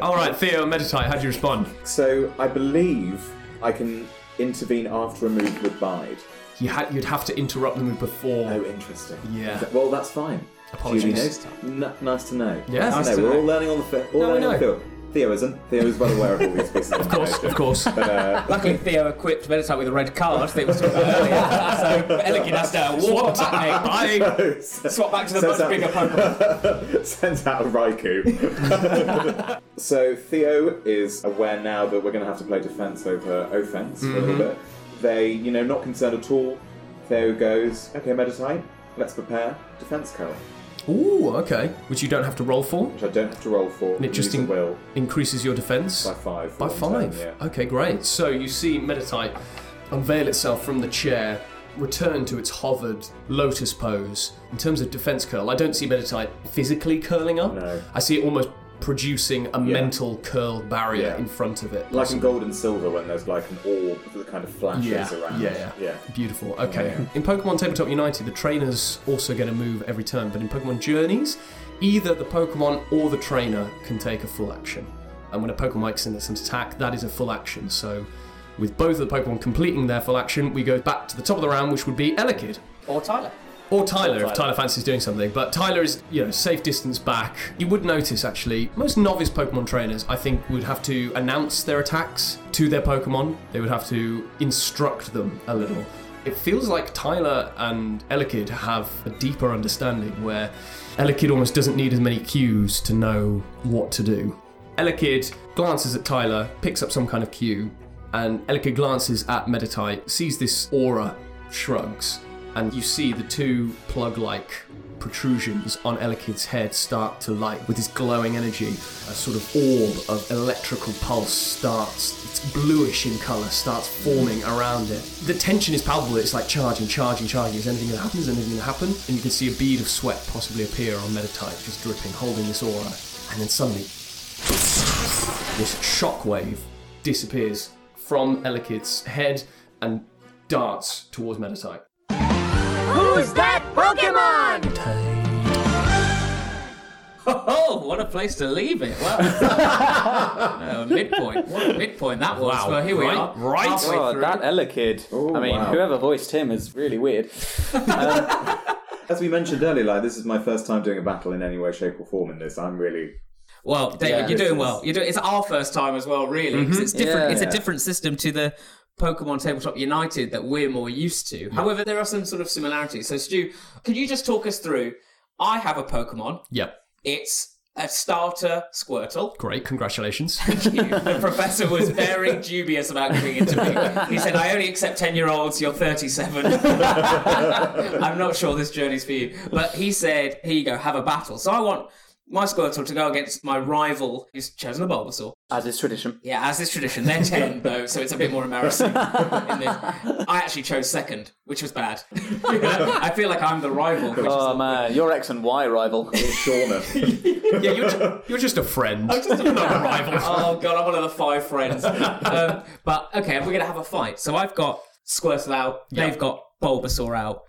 All right, Theo, Meditite, how do you respond? So I believe I can intervene after a move with Bide. You ha- you'd have to interrupt the move before. Oh, interesting. Yeah. Th- Well, that's fine. Apologies. Julie knows. N- nice to know. Yeah, I nice know. to We're know. all learning on the fi- No, all we learning on the know. field. Theo isn't. Theo is well aware of all these pieces of uh, Of course, of course. Luckily, Theo equipped Meditate with a red card that was talking about earlier, so Elekid has to walk Swap back, mate. Bye. Swap back to the Says much that- bigger Pokemon. Sends out a Raikou. so Theo is aware now that we're going to have to play defense over offense for a Mm-hmm. little bit. They, you know, not concerned at all. Theo goes, okay, Meditite, let's prepare defense curl, Ooh, okay. Which you don't have to roll for. which I don't have to roll for. And it just use a in- will Increases your defense by five. for By one turn, five. Oh, yeah. Okay, great. So you see Meditite unveil itself from the chair, return to its hovered lotus pose. In terms of defense curl, I don't see Meditite physically curling up. No. I see it almost producing a mental curl barrier Yeah. in front of it. Like in gold and silver, when there's like an orb that kind of flashes Yeah, around. yeah, yeah, yeah. Beautiful. Okay. In Pokemon Tabletop United, the trainers also get a move every turn, but in Pokemon Journeys, either the Pokemon or the trainer can take a full action. And when a Pokemon makes an attack, that is a full action. So, with both of the Pokemon completing their full action, we go back to the top of the round, which would be Elekid. Or Tyler. Or Tyler, if Tyler. Tyler fancies doing something. But Tyler is, you know, safe distance back. You would notice, actually, most novice Pokemon trainers, I think, would have to announce their attacks to their Pokemon. They would have to instruct them a little. It feels like Tyler and Elekid have a deeper understanding where Elekid almost doesn't need as many cues to know what to do. Elekid glances at Tyler, picks up some kind of cue, and Elekid glances at Meditite, sees this aura, shrugs, and you see the two plug like protrusions on Elekid's head start to light with this glowing energy. A sort of orb of electrical pulse starts, it's bluish in colour, starts forming around it. The tension is palpable, it's like charging, charging, charging. Is anything that happens? Is anything that happen? And you can see a bead of sweat possibly appear on Meditite, just dripping, holding this aura. And then suddenly this shockwave disappears from Elekid's head and darts towards Meditite. Who's that Pokemon? Oh, what a place to leave it. Wow. Uh, midpoint. What a midpoint that was. Well, here we Right- are. right. halfway Oh, through. that Ella kid. I mean, Oh, wow. whoever voiced him is really weird. As we mentioned earlier, like this is my first time doing a battle in any way, shape, or form in this. I'm really Well, David, Yeah. you're doing well. You're doing. It's our first time as well, really. 'cause It's different. Yeah. It's a different system to the Pokemon Tabletop United that we're more used to. However, there are some sort of similarities. So, Stu, could you just talk us through? I have a Pokemon. Yep. It's a starter Squirtle. Great, congratulations. the professor was very dubious about giving it to me. He said, "I only accept ten-year-olds. You're thirty-seven. I'm not sure this journey's for you." But he said, "Here you go. Have a battle." So I want my Squirtle to go against my rival, who's chosen a Bulbasaur. As is tradition. Yeah, as is tradition. They're ten though, so it's a bit more embarrassing. in this. I actually chose second, which was bad. I feel like I'm the rival. Which Oh man, your X and Y rival. Shauna. yeah, you're, ju- you're just a friend. Just a rival. Oh god, I'm one of the five friends. Um, but okay, we're gonna have a fight. So I've got Squirtle out. They've got Bulbasaur out.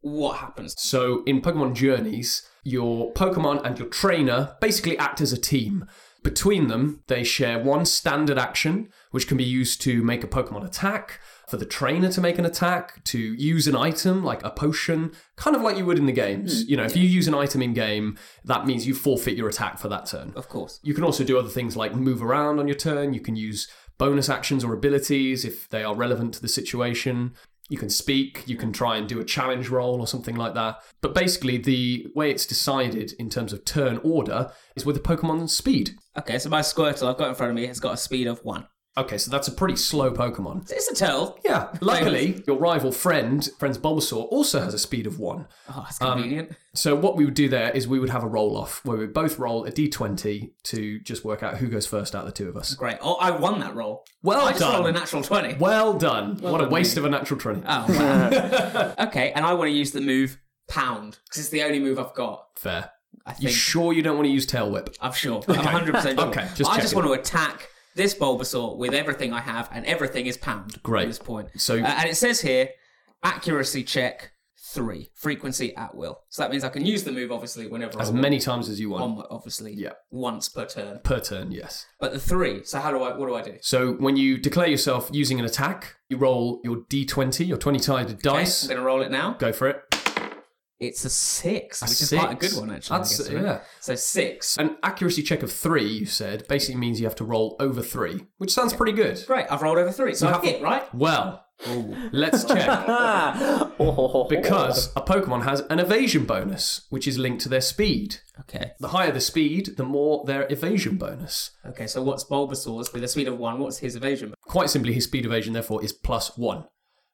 What happens? So in Pokemon Journeys, your Pokemon and your trainer basically act as a team. Between them, they share one standard action, which can be used to make a Pokemon attack, for the trainer to make an attack, to use an item like a potion, kind of like you would in the games. You know, if you use an item in game, that means you forfeit your attack for that turn. Of course. You can also do other things like move around on your turn. You can use bonus actions or abilities if they are relevant to the situation. You can speak, you can try and do a challenge roll or something like that. But basically, the way it's decided in terms of turn order is with the Pokemon's speed. Okay, so my Squirtle I've got in front of me has got a speed of one. Okay, so that's a pretty slow Pokemon. It's a turtle. Yeah. Luckily, your rival friend, friend's Bulbasaur, also has a speed of one. Oh, that's convenient. So what we would do there is we would have a roll off where we would both roll a d20 to just work out who goes first out of the two of us. Great. Oh, I won that roll. Well I just done. rolled a natural 20. Well done. what a waste of a natural 20. Oh, wow. okay, and I want to use the move pound because it's the only move I've got. Fair. I think. You sure you don't want to use Tail Whip? I'm sure. I'm 100% sure. Okay, just I just checking. want to attack this Bulbasaur with everything I have, and everything is pound Great. at this point. So- Uh, and it says here accuracy check three, frequency at will. So that means I can use the move, obviously, whenever I As want. many times as you want. On- obviously, Oh. Yeah. once per turn. per turn, yes. But the three, so how do I, what do I do? So when you declare yourself using an attack, you roll your d20, your 20-sided dice. Okay, I'm going to roll it now. Go for it. It's a six, A which is quite a six. good one, actually. I That's- guess, really. yeah. So six. An accuracy check of three, you said, basically means you have to roll over three, which sounds pretty good. Great, I've rolled over three, so I've hit, right? Well, let's check. because a Pokemon has an evasion bonus, which is linked to their speed. Okay. The higher the speed, the more their evasion bonus. Okay, so what's Bulbasaur's with a speed of one? What's his evasion? Quite simply, his speed evasion, therefore, is plus one.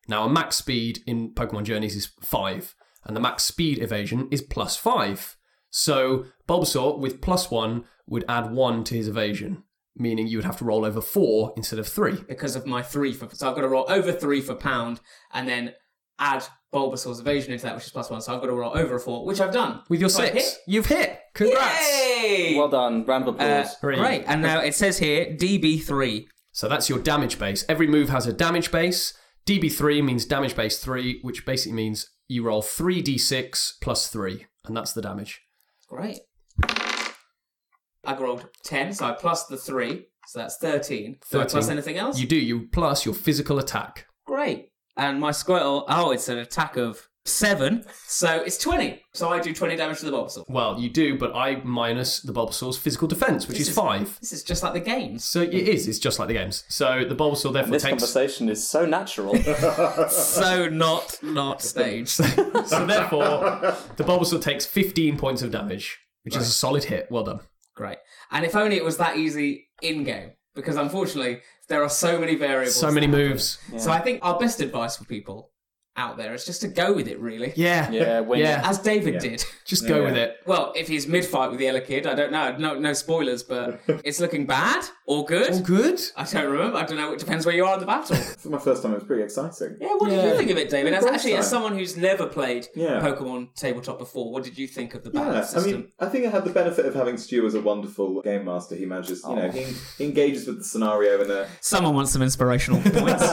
Now, a max speed in Pokemon Journeys is five, and the max speed evasion is plus five. So, Bulbasaur with plus one would add one to his evasion, meaning you would have to roll over four instead of three. Because of my three for. So I've got to roll over three for pound and then add Bulbasaur's evasion into that, which is plus one. So I've got to roll over a four, which I've done. With your So I six, you've hit. Congrats. hit. Yay! Well done. Round of Uh, applause. Brilliant. great, and now it says here DB3. So that's your damage base. Every move has a damage base. DB3 means damage base 3, which basically means you roll 3d6 plus 3, and that's the damage. Great. I rolled 10, so I plus the 3, so that's 13. Do I 13. plus anything else? You do, you plus your physical attack. Great. And my Squirtle, oh, it's an attack of 7, so it's 20. So I do 20 damage to the Bulbasaur. Well, you do, but I minus the Bulbasaur's physical defense, which This is 5. This is just like the games. So it is, it's just like the games. So the Bulbasaur therefore This takes. conversation is so natural. So not not staged. so therefore, the Bulbasaur takes 15 points of damage, which is a solid hit. Well done. Great. And if only it was that easy in game, because unfortunately there are so many variables. So many moves. So I think our best advice for people out there is just to go with it, really. Yeah. yeah, wing Yeah. As David did. Just go with it. Well, if he's mid fight with the Ella Kid, I don't know. No, no spoilers, but it's looking bad or good. All Oh, good. I don't remember. I don't know. It depends where you are in the battle. This is my first time. It was pretty exciting. Yeah, what did you think of it, David? As Great actually, as time. someone who's never played Yeah. Pokemon tabletop before, what did you think of the battle Yeah, I system? mean, I think I had the benefit of having Stu as a wonderful game master. He manages, Oh. you know, he, he engages with the scenario and the. Someone wants some inspirational points.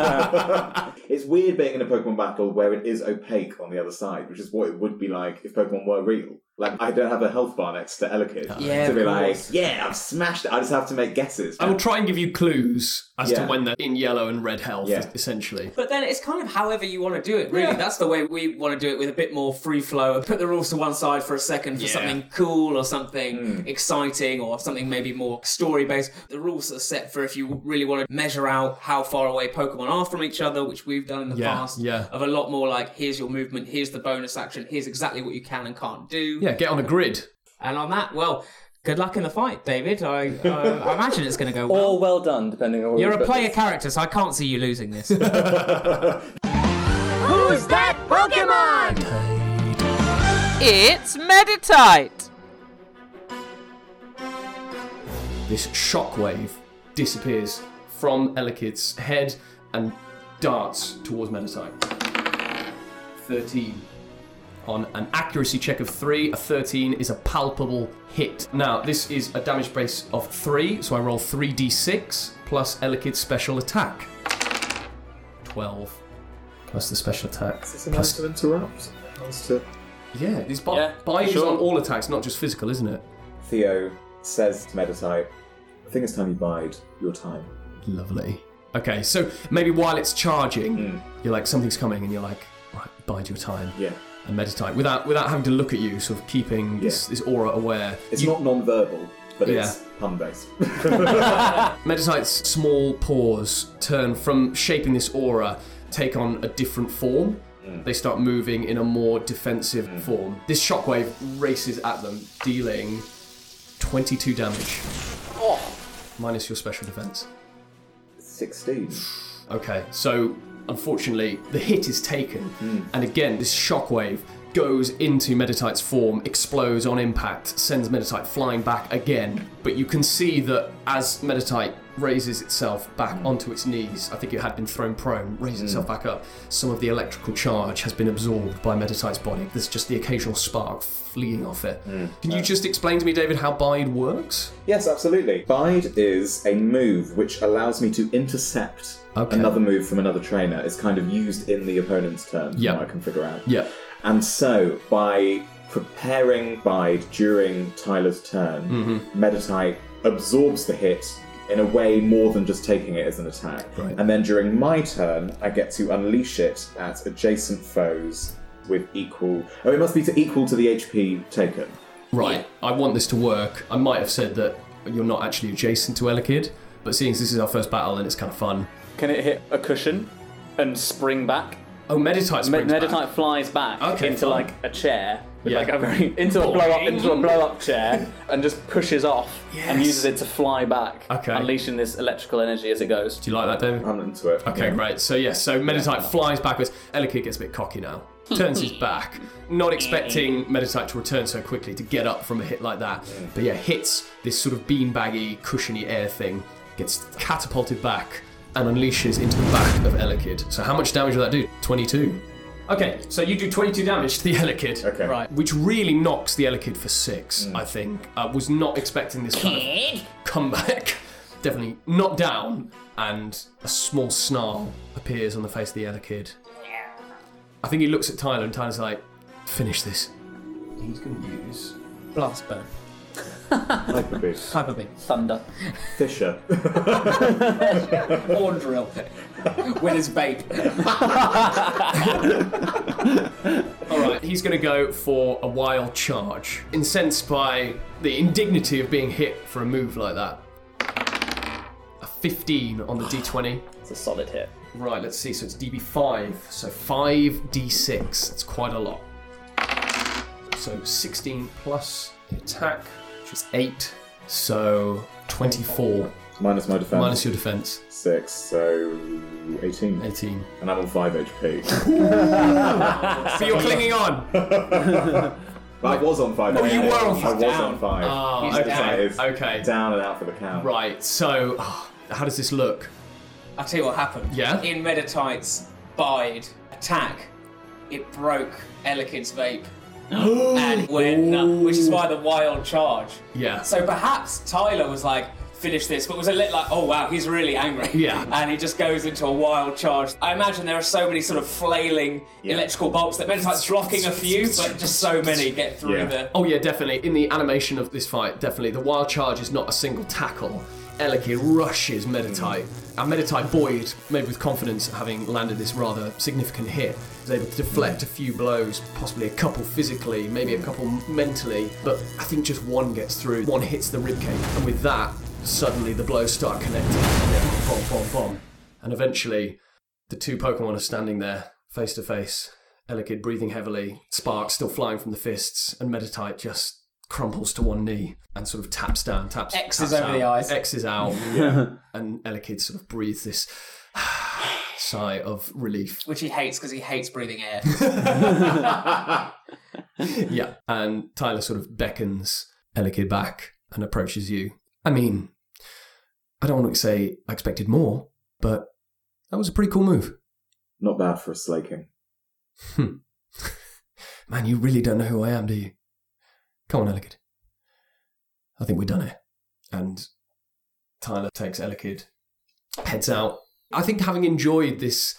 It's weird being in a Pokemon battle where it is opaque on the other side, which is what it would be like if Pokemon were real. Like, I don't have a health bar next to Elekid Yeah, to be of like, course. yeah, I've smashed it. I just have to make guesses. I will try and give you clues as to Yeah. when they're in yellow and red health, Yeah. essentially. But then it's kind of however you want to do it, really. That's the way we want to do it with a bit more free flow and put the rules to one side for a second for Yeah. Hmm. something cool or something exciting or something maybe more story based. The rules are set for if you really want to measure out how far away Pokemon are from each other, which we've done in the Yeah, past, yeah. of a lot more like here's your movement, here's the bonus action, here's exactly what you can and can't do. Yeah, get on a grid. And on that, well, good luck in the fight, David. I, uh, I imagine it's going to go well. All Oh, well done, depending on what You're you a put player this. character, so I can't see you losing this. Who's that Pokemon? It's Meditite! This shockwave disappears from Elekid's head and darts towards Meditite. 13. On an accuracy check of 3, a 13 is a palpable hit. Now, this is a damage base of 3, so I roll 3d6 plus Elekid's special attack. 12. Plus the special attack. Plus, to interrupt. Nice to yeah, it's bi- Yeah, bi- is sure. on all attacks, not just physical, isn't it? Theo says to Meditite, I think it's time you bide your time. Lovely. Okay, so maybe while it's charging, you're like something's coming, and you're like, right, bide your time Hmm. Yeah. and meditate without without having to look at you, sort of keeping this, this aura aware. It's You- not non-verbal, but it's Yeah. pun based. Meditite's small paws turn from shaping this aura, take on a different form. Hmm. They start moving in a more defensive form. This shockwave races at them, dealing Oh. 22 damage. Minus your special defense. 16. Okay, so unfortunately, the hit is taken, and again, this shockwave goes into Meditite's form, explodes on impact, sends Meditite flying back again. But you can see that as Meditite raises itself back onto its knees, I think it had been thrown prone, raises itself back up, some of the electrical charge has been absorbed by Meditite's body. There's just the occasional spark fleeing off it. Can you just explain to me, David, how Bide works? Yes, absolutely. Bide is a move which allows me to intercept Okay. another move from another trainer. It's kind of used in the opponent's turn, from Yeah. what I can figure out. Yeah. And so, by preparing Bide during Tyler's turn, Mm-hmm. Meditite absorbs the hit in a way more than just taking it as an attack. Right. And then during my turn, I get to unleash it at adjacent foes with equal. Oh, it must be to equal to the HP taken. Right, I want this to work. I might have said that you're not actually adjacent to Elekid, but seeing as this is our first battle and it's kind of fun. Can it hit a cushion and spring back? Oh, Meditite Me- springs back. Meditite flies back Okay, into fine. like a chair, with, Yeah. like a very into a blow up into a blow up chair, and just pushes off and Yes. uses it to fly back, Okay. unleashing this electrical energy as it goes. Do you like that, David? I'm into it. Okay, great. So Um, yeah, so Meditite flies backwards. Elekid gets a bit cocky now. Turns his back, not expecting Meditite to return so quickly to get up from a hit like that. But yeah, hits this sort of beanbaggy, cushiony air thing, gets catapulted back, and unleashes into the back of Elekid. So how much damage will that do? 22. Okay, so you do 22 damage to the Elekid. Okay. Right. Which really knocks the Elekid for six, Mm. I think. I was not expecting this kind of comeback. Definitely knocked down, and a small snarl appears on the face of the other kid. I think he looks at Tyler, and Tyler's like, finish this. He's going to use blast burn. Like the boost. Hyper beam. Thunder. Fisher. Horn drill. With his bait. All right, he's going to go for a wild charge, incensed by the indignity of being hit for a move like that. A 15 on the d20. It's a solid hit. Right, let's see. So it's DB5. So 5d6. That's quite a lot. So 16 plus the attack, which is 8. So 24 Minus my defense. minus your defense, 6, so 18. 18. And I'm on 5 HP. So you're clinging on. I was on 5 you were on I five. was on 5. Oh, He's okay. decided. Okay. Down and out for the count. Right, so ah, how does this look? I'll tell you what happened. Yeah? In Meditite's bide attack, it broke Elekid's vape. and went nut, which is why the wild charge. Yeah. So perhaps Tyler was like, finish this, but was a little like, oh wow, he's really angry. Yeah. And he just goes into a wild charge. I imagine there are so many sort of flailing electrical bolts that Meditite's blocking a few, but just so many get through Yeah. the. Oh yeah, definitely. In the animation of this fight, definitely the wild charge is not a single tackle. Elekid rushes Meditite, and Meditite, buoyed, made with confidence, having landed this rather significant hit, is able to deflect a few blows, possibly a couple physically, maybe a couple mentally, but I think just one gets through. One hits the ribcage, and with that, suddenly the blows start connecting. Bomb, bomb, bomb, and eventually the two Pokemon are standing there, face to face. Elekid breathing heavily, sparks still flying from the fists, and Meditite just crumples to one knee and sort of taps down, taps. X taps is over out, the eyes. X is out, and Elekid sort of breathes this sigh of relief. Which he hates because he hates breathing air. Yeah, and Tyler sort of beckons Elekid back and approaches you. I mean, I don't want to say I expected more, but that was a pretty cool move. Not bad for a slaking. Man, you really don't know who I am, do you? Come on, Elekid. I think we're done here. And Tyler takes Elekid, heads out. I think having enjoyed this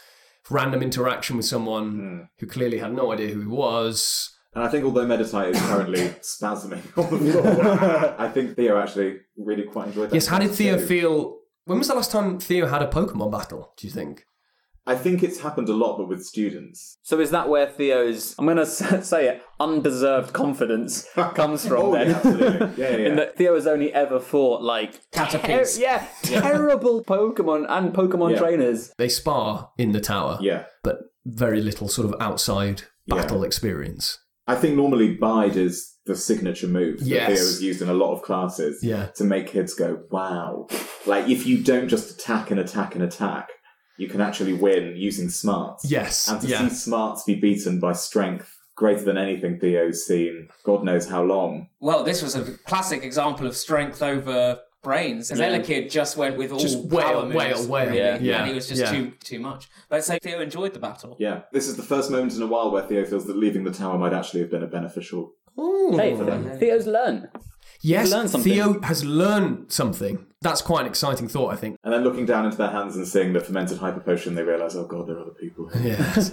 random interaction with someone Hmm. who clearly had no idea who he was. And I think although Meditite is currently spasming on the floor, I think Theo actually really quite enjoyed that. Yes, how did Theo too. feel? When was the last time Theo had a Pokemon battle, do you think? I think it's happened a lot, but with students. So is that where Theo's I'm going to say it undeserved confidence comes from? Oh, then? yeah, absolutely. Yeah, yeah, yeah. In that Theo has only ever fought like Caterpies. ter- yeah, terrible Pokemon and Pokemon Yeah. trainers. They spar in the tower, Yeah. but very little sort of outside battle experience. I think normally bide is the signature move that Yes. Theo is used in a lot of classes Yeah. to make kids go, wow. Like, if you don't just attack and attack and attack, you can actually win using smarts. Yes, And to yeah. see smarts be beaten by strength greater than anything Theo's seen, God knows how long. Well, this was a classic example of strength over brains. As Elekid just went with all Just power wail, wail, moves, wail. really, Yeah. Yeah. and he was just Yeah. too too much. But so Theo enjoyed the battle. Yeah. This is the first moment in a while where Theo feels that leaving the tower might actually have been a beneficial. Ooh. Hey, for them. Theo's learn. yes, learned something. Theo has learned something. That's quite an exciting thought, I think. And then looking down into their hands and seeing the fermented hyper potion, they realise, oh God, there are other people. here." Yes.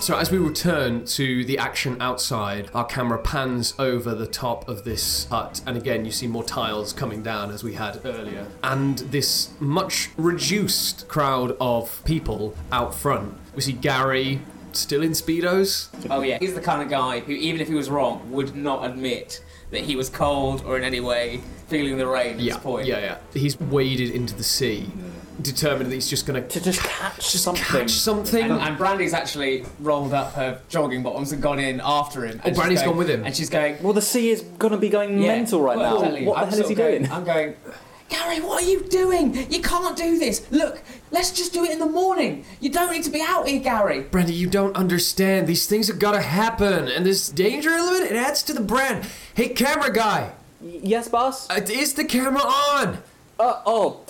So, as we return to the action outside, our camera pans over the top of this hut, and again, you see more tiles coming down as we had earlier, and this much reduced crowd of people out front. We see Gary still in Speedos, Oh yeah, he's the kind of guy who, even if he was wrong, would not admit that he was cold or in any way feeling the rain at yeah, this point. Yeah, yeah. He's waded into the sea, determined that he's just going To to just catch something. catch something. And, and Brandy's actually rolled up her jogging bottoms and gone in after him. And Oh, Brandy's she's going- gone with him. and she's going Well, the sea is going to be going yeah, mental right well, now. exactly. What the I'm hell is he sort of doing? going- I'm going. Gary, what are you doing? You can't do this. Look, let's just do it in the morning. You don't need to be out here, Gary. Brandy, you don't understand. These things have got to happen, and this danger element it adds to the brand. Hey, camera guy, Yes, boss? uh, is the camera on? Uh, oh,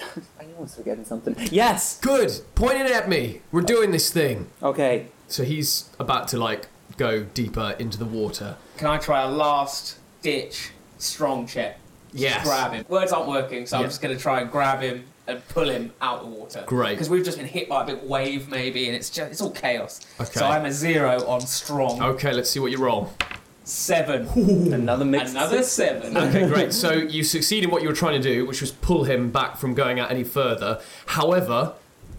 I knew I was forgetting something. Yes! Good. Point it at me. We're doing this thing. Okay. So he's about to like go deeper into the water. Can I try a last ditch strong check? Yes. Grab him. Words aren't working, so Yeah. I'm just going to try and grab him and pull him out of the water. Great. Because we've just been hit by a big wave, maybe, and it's just it's all chaos. Okay. So I'm a zero on strong. Okay, let's see what you roll. Seven. Another mix. Another seven. Okay, great. So you succeed in what you were trying to do, which was pull him back from going out any further. However,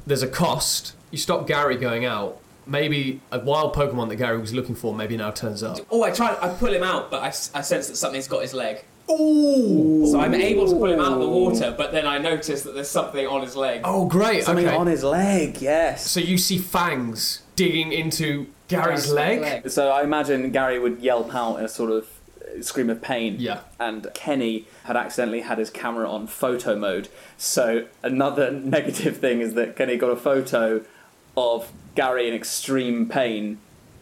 there's a cost. You stop Gary going out. Maybe a wild Pokemon that Gary was looking for maybe now turns up. Oh, I try. I pull him out, but I, s- I sense that something's got his leg. Ooh! So I'm able to pull him out of the water, but then I notice that there's something on his leg. Oh, great. Something okay. on his leg, yes. So you see fangs digging into Gary's leg. So I imagine Gary would yelp out a sort of uh, scream of pain. Yeah. And Kenny had accidentally had his camera on photo mode. So another negative thing is that Kenny got a photo of Gary in extreme pain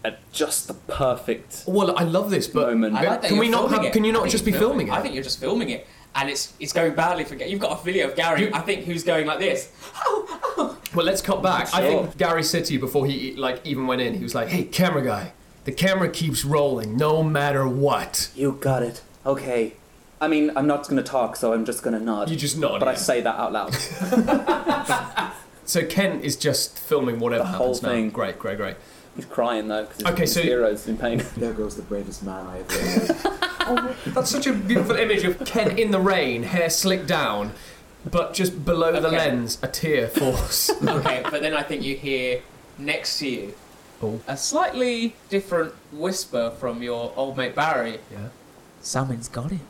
at just the perfect. Well, I love this, but Moment. I like that can you're we not filming have? it. Can you I not think just be you're filming, it? I think you're just filming it, and it's it's going badly for. Ga- You've got a video of Gary. You- I think who's going like this. Oh, oh. Well, let's cut back. I Sure. think Gary said to you before he like even went in. He was like, "Hey, camera guy, the camera keeps rolling no matter what." You got it. Okay. I mean, I'm not going to talk, so I'm just going to nod. You just nod, But I yeah. say that out loud. So Ken is just filming whatever whole happens now. thing. Great, great, great. He's crying though because Okay, his so- hero's in pain. There goes the bravest man I ever knew. That's such a beautiful image of Ken in the rain, hair slicked down, but just below the Okay. lens, a tear falls. okay, but then I think you hear next to you Oh. a slightly different whisper from your old mate Barry. yeah. Someone's got him.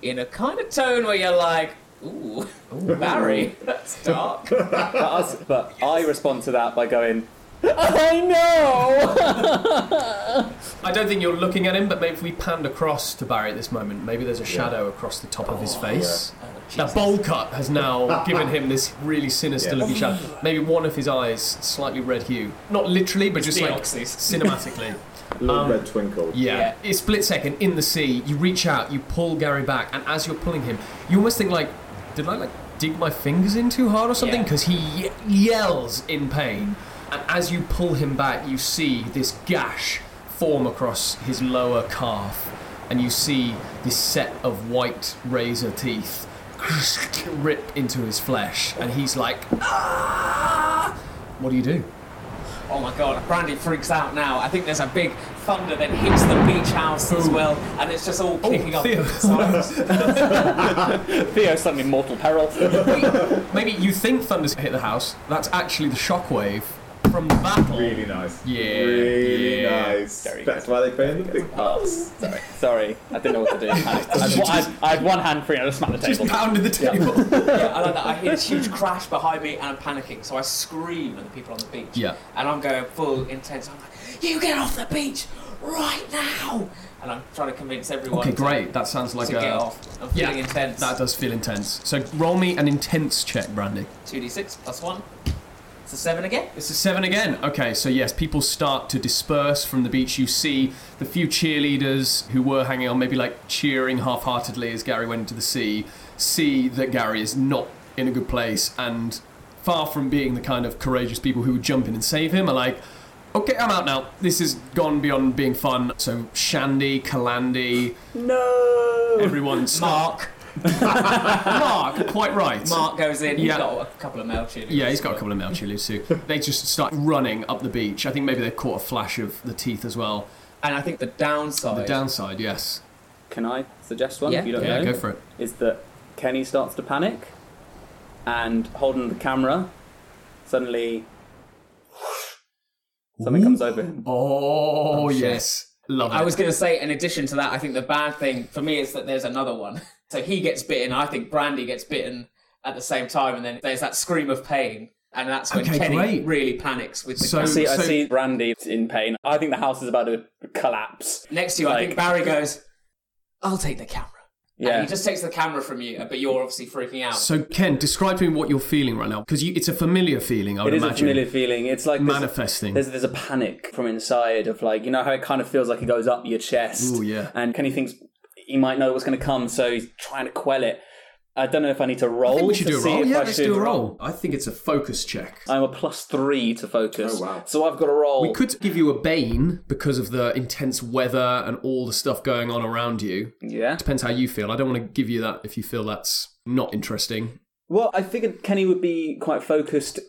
In a kind of tone where you're like, ooh, Barry, that's dark. But us- but I respond to that by going, I know. I don't think you're looking at him, but maybe if we panned across to Barry at this moment, maybe there's a shadow across the top of his face. that bowl cut has now given him this really sinister Yeah. looking shadow. Maybe one of his eyes, slightly red hue. Not literally, but just like Deoxys. cinematically. Little red twinkle. Um, Yeah. A split second in the sea, you reach out, you pull Gary back, and as you're pulling him, you almost think like, did I like dig my fingers in too hard or something? Yeah. Because he ye- yells in pain, and as you pull him back, you see this gash form across his lower calf, and you see this set of white razor teeth rip into his flesh, and he's like, ah! What do you do? Oh my god, Brandy freaks out now. I think there's a big thunder that hits the beach house as well, and it's just Oh, all kicking up. Theo. Sorry. Theo suddenly in mortal peril. Maybe you think thunder's hit the house. That's actually the shockwave from the battle. Really nice. Yeah, Really yeah. nice. Very That's why they play in the big Oh, parts. Sorry, sorry, I didn't know what to do. I had, I had, I had one hand free and I just smacked the Just table. pounded the table. I like that. I hear this huge crash behind me and I'm panicking, so I scream at the people on the beach. Yeah. And I'm going full intense. I'm like, you get off the beach right now! And I'm trying to convince everyone Okay, to, great. That sounds like to a. get off. I'm feeling intense. That does feel intense. So roll me an intense check, Brandy. 2d6 plus 1. It's a 7 again. It's a seven again. Okay, so yes, people start to disperse from the beach. You see the few cheerleaders who were hanging on, maybe like cheering half heartedly as Gary went into the sea, see that Gary is not in a good place and far from being the kind of courageous people who would jump in and save him are like, okay, I'm out now. This has gone beyond being fun. So Shandy, Kalandi, No! everyone. Mark. Mark, quite right. Mark goes in. Yeah. He's got a couple of male cheerleaders. Yeah, he's got a couple of male cheerleaders too. They just start running up the beach. I think maybe they caught a flash of the teeth as well. And I think the The downside. downside, yes. Can I suggest one? Yeah. if you don't Yeah, go know? for it. is that Kenny starts to panic and holding the camera, suddenly something comes over him. Oh, yes. Love it. I was going to say, in addition to that, I think the bad thing for me is that there's another one. So he gets bitten. I think Brandy gets bitten at the same time, and then there's that scream of pain, and that's when Okay, Kenny great. really panics with the. So- I see, I So- see Brandy in pain. I think the house is about to collapse. Next to you, I think like- Barry goes, "I'll take the camera." Yeah. And he just takes the camera from you, but you're obviously freaking out. so, Ken, describe to me what you're feeling right now, because it's a familiar feeling, I would it is a imagine. familiar feeling. It's like there's- Manifesting. There's, there's a panic from inside of like you know how it kind of feels like it goes up your chest. Ooh, yeah. And Kenny thinks he might know what's going to come, so he's trying to quell it. I don't know if I need to roll. I think we should to do a see roll. if Yeah, I let's should do a roll. I think it's a focus check. I'm a plus three to focus. Oh, wow. So I've got a roll. We could give you a bane because of the intense weather and all the stuff going on around you. Yeah. Depends how you feel. I don't want to give you that if you feel that's not interesting. Well, I figured Kenny would be quite focused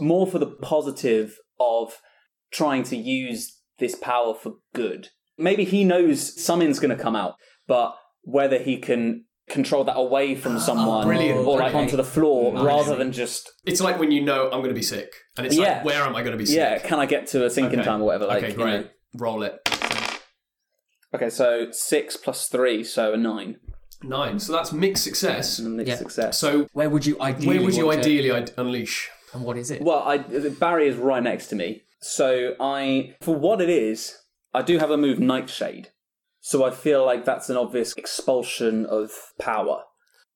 more for the positive of trying to use this power for good. Maybe he knows something's going to come out, but whether he can control that away from someone brilliant. or like Okay. onto the floor rather than just It's like when you know I'm going to be sick, and it's Yeah. like, where am I going to be sick? yeah, can I get to a sinking Okay. time or whatever? Like, okay, you know. great. Roll it. Okay, so six plus three, so a nine. Nine. So that's mixed success. And it's Yeah. success. So where would you ideally? where would you want it? ideally I'd unleash? And what is it? Well, I, Barry is right next to me. So I, for what it is, I do have a move Nightshade. So I feel like that's an obvious expulsion of power.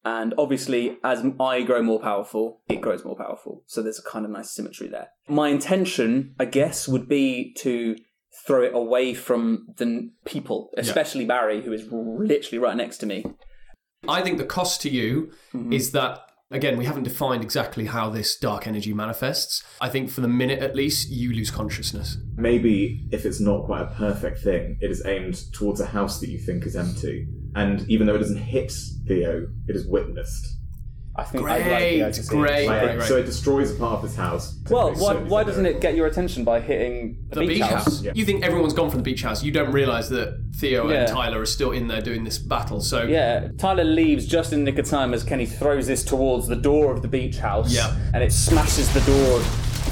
And obviously, as I grow more powerful, it grows more powerful. So there's a kind of nice symmetry there. My intention, I guess, would be to throw it away from the n- people, especially Barry, who is r- literally right next to me. I think the cost to you Mm-hmm. is that again we haven't defined exactly how this dark energy manifests. I think for the minute at least you lose consciousness. Maybe if it's not quite a perfect thing, it is aimed towards a house that you think is empty. And even though it doesn't hit Theo, it is witnessed. I think Great, I'd like the idea to see it. great, Like, great, great. So it destroys a part of this house. Well, Typically, why, so why there doesn't it get your attention by hitting the, the beach, house. You think everyone's gone from the beach house. You don't realise that Theo Yeah. and Tyler are still in there doing this battle. So Yeah, Uh, Tyler leaves just in the nick of time as Kenny throws this towards the door of the beach house. Yeah. And it smashes the door.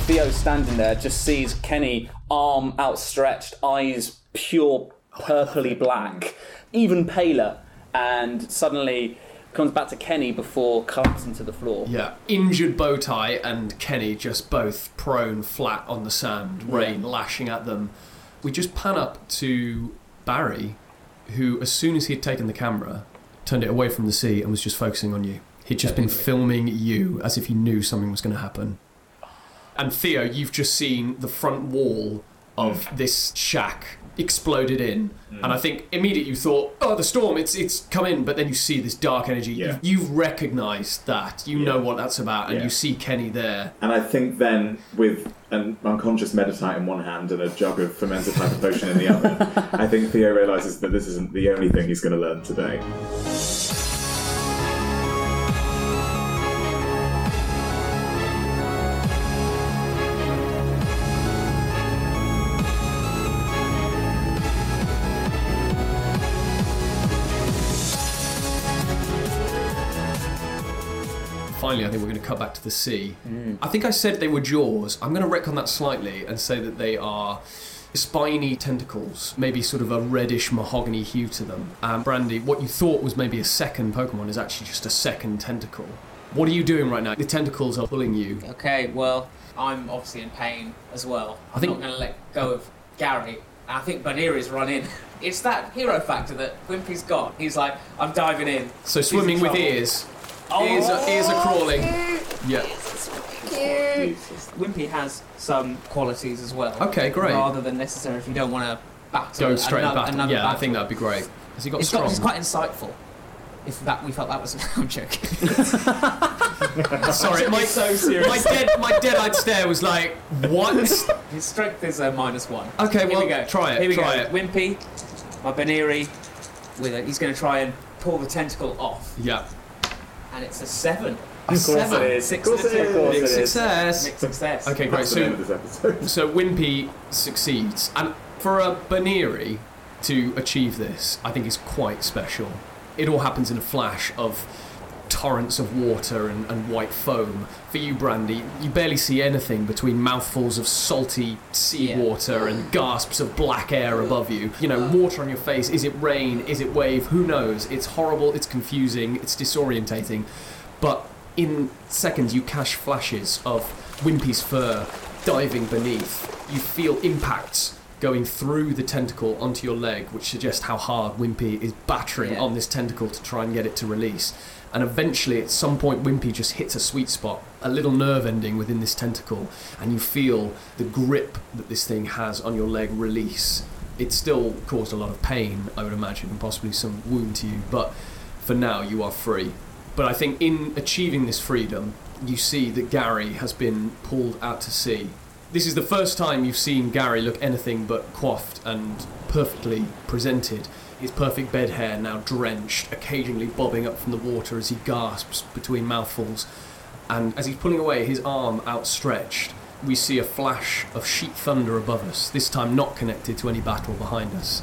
Theo standing there just sees Kenny, arm outstretched, eyes pure purpley black, even paler, and suddenly comes back to Kenny before collapsing to the floor. Yeah. Injured Bowtie and Kenny just both prone flat on the sand, rain lashing at them. We just pan up to Barry, who, as soon as he'd taken the camera, turned it away from the sea and was just focusing on you. He'd just been filming you as if he knew something was going to happen. And Theo, you've just seen the front wall of Hmm. this shack exploded in. And I think immediately you thought, oh, the storm, it's it's come in. But then you see this dark energy. Yeah. You've, you've recognized that. You know what that's about. And Yeah. you see Kenny there. And I think then, with an unconscious meditite in one hand and a jug of fermented hyper potion in the other, I think Theo realizes that this isn't the only thing he's going to learn today. finally, I think we're going to cut back to the sea. I think I said they were jaws. I'm going to wreck on that slightly and say that they are spiny tentacles, maybe sort of a reddish mahogany hue to them. Um, Brandy, what you thought was maybe a second Pokemon is actually just a second tentacle. What are you doing right now? The tentacles are pulling you. Okay, well, I'm obviously in pain as well. I'm think- not going to let go of Gary. I think Baneri's run in. It's that hero factor that Wimpy's got. He's like, I'm diving in. So He's in swimming with trouble. Oh, ears. Ears, are, ears are crawling. Yeah. Wimpy has some qualities as well. Okay, great. Rather than necessary if you don't want to battle. Go straight another, back. Another Yeah, I battle. think that'd be great. Has he got It's strong? got, it's quite insightful. If that we felt that was, I'm joking. Sorry, my, so serious. my dead, my dead-eyed stare was like, what? His strength is a minus one. Okay, Here well, we go. try it, Here we try go. it. Wimpy, my Baneri, with a, he's going to try and pull the tentacle off, Yeah. and it's a seven. A seven. seven. Six Of course and a it two. is. Big It is. success. Big success. Okay, great. That's the name So, of this episode. so Wimpy succeeds, and for a Baneri to achieve this, I think is quite special. It all happens in a flash of torrents of water and, and white foam. For you, Brandy, you barely see anything between mouthfuls of salty seawater and gasps of black air above you. You know, water on your face. Is it rain? Is it wave? Who knows? It's horrible. It's confusing. It's disorientating. But in seconds, you catch flashes of Wimpy's fur diving beneath. You feel impacts going through the tentacle onto your leg, which suggests how hard Wimpy is battering Yeah. on this tentacle to try and get it to release. And eventually, at some point, Wimpy just hits a sweet spot, a little nerve ending within this tentacle, and you feel the grip that this thing has on your leg release. It still caused a lot of pain, I would imagine, and possibly some wound to you, but for now, you are free. But I think in achieving this freedom, you see that Gary has been pulled out to sea. This is the first time you've seen Gary look anything but coiffed and perfectly presented. His perfect bed hair now drenched, occasionally bobbing up from the water as he gasps between mouthfuls. And as he's pulling away, his arm outstretched, we see a flash of sheet thunder above us, this time not connected to any battle behind us.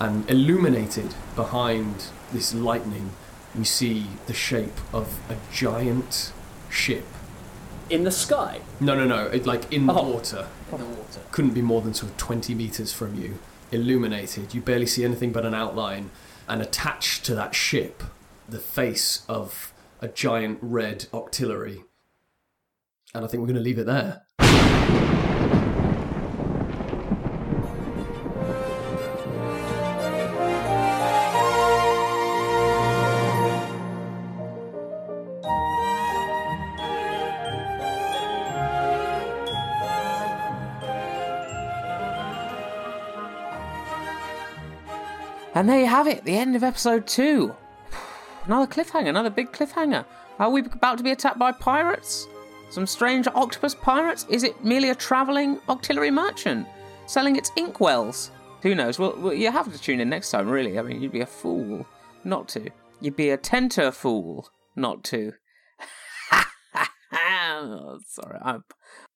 And illuminated behind this lightning, we see the shape of a giant ship. In the sky. No, no, no, it, like in the Oh. water. In the water. Couldn't be more than sort of 20 metres from you. Illuminated, you barely see anything but an outline. And attached to that ship, the face of a giant red octillery. And I think we're going to leave it there. And there you have it, the end of episode two. Another cliffhanger, another big cliffhanger. Are we about to be attacked by pirates? Some strange octopus pirates? Is it merely a travelling octillery merchant selling its inkwells? Who knows? Well, well, you have to tune in next time, really. I mean, you'd be a fool not to. You'd be a tenter fool not to. Sorry, I'm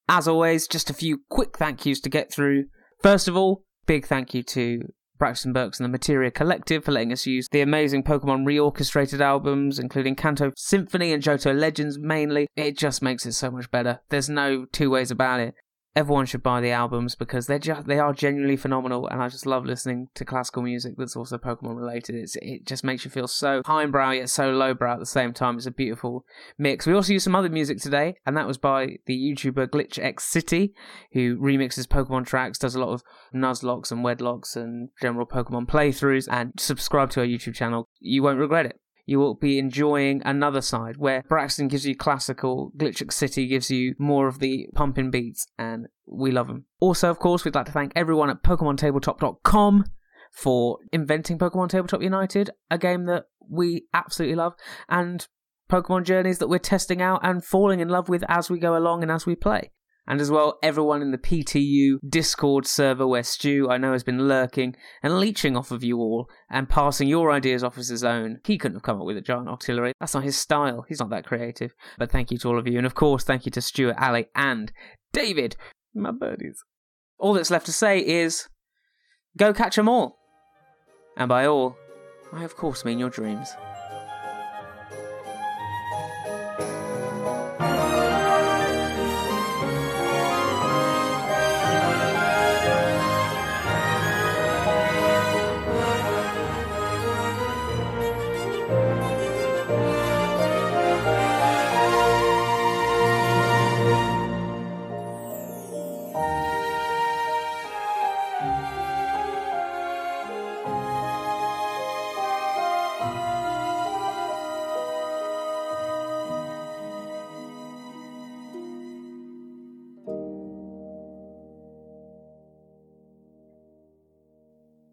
as always, just a few quick thank yous to get through. First of all, big thank you to Braxton Burks and the Materia Collective for letting us use the amazing Pokemon reorchestrated albums, including Kanto Symphony and Johto Legends mainly. It just makes it so much better. There's no two ways about it. Everyone should buy the albums because they're just they are genuinely phenomenal, and I just love listening to classical music that's also Pokemon related. It's, it just makes you feel so highbrow yet so lowbrow at the same time. It's a beautiful mix. We also used some other music today, and that was by the YouTuber Glitch X City, who remixes Pokemon tracks, does a lot of Nuzlocks and Wedlocks and general Pokemon playthroughs, and subscribe to our YouTube channel. You won't regret it. You will be enjoying another side where Braxton gives you classical, Glitch X City gives you more of the pumping beats, and we love them. Also, of course, we'd like to thank everyone at PokemonTabletop.com for inventing Pokemon Tabletop United, a game that we absolutely love, and Pokemon journeys that we're testing out and falling in love with as we go along and as we play. And as well, everyone in the PTU Discord server where Stu, I know, has been lurking and leeching off of you all and passing your ideas off as his own. He couldn't have come up with a giant octillery. That's not his style. He's not that creative. But thank you to all of you. And of course, thank you to Stuart, Ali, and David, my birdies. All that's left to say is go catch 'em all. And by all, I of course mean your dreams.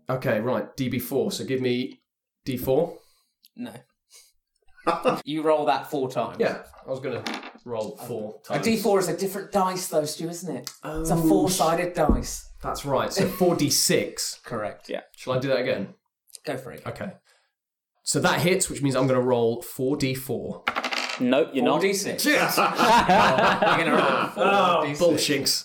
Okay, right. DB4. So give me D4. No. you roll that four times. Yeah, I was going to roll four A times. D4 is a different dice, though, Stu, isn't it? it's a four-sided dice. That's right. So 4D6. Correct. Yeah. Shall I do that again? Go for it. Okay. So that hits, which means I'm going to roll 4D4. Nope, you're not. You're gonna roll four. Oh, Bullshinks.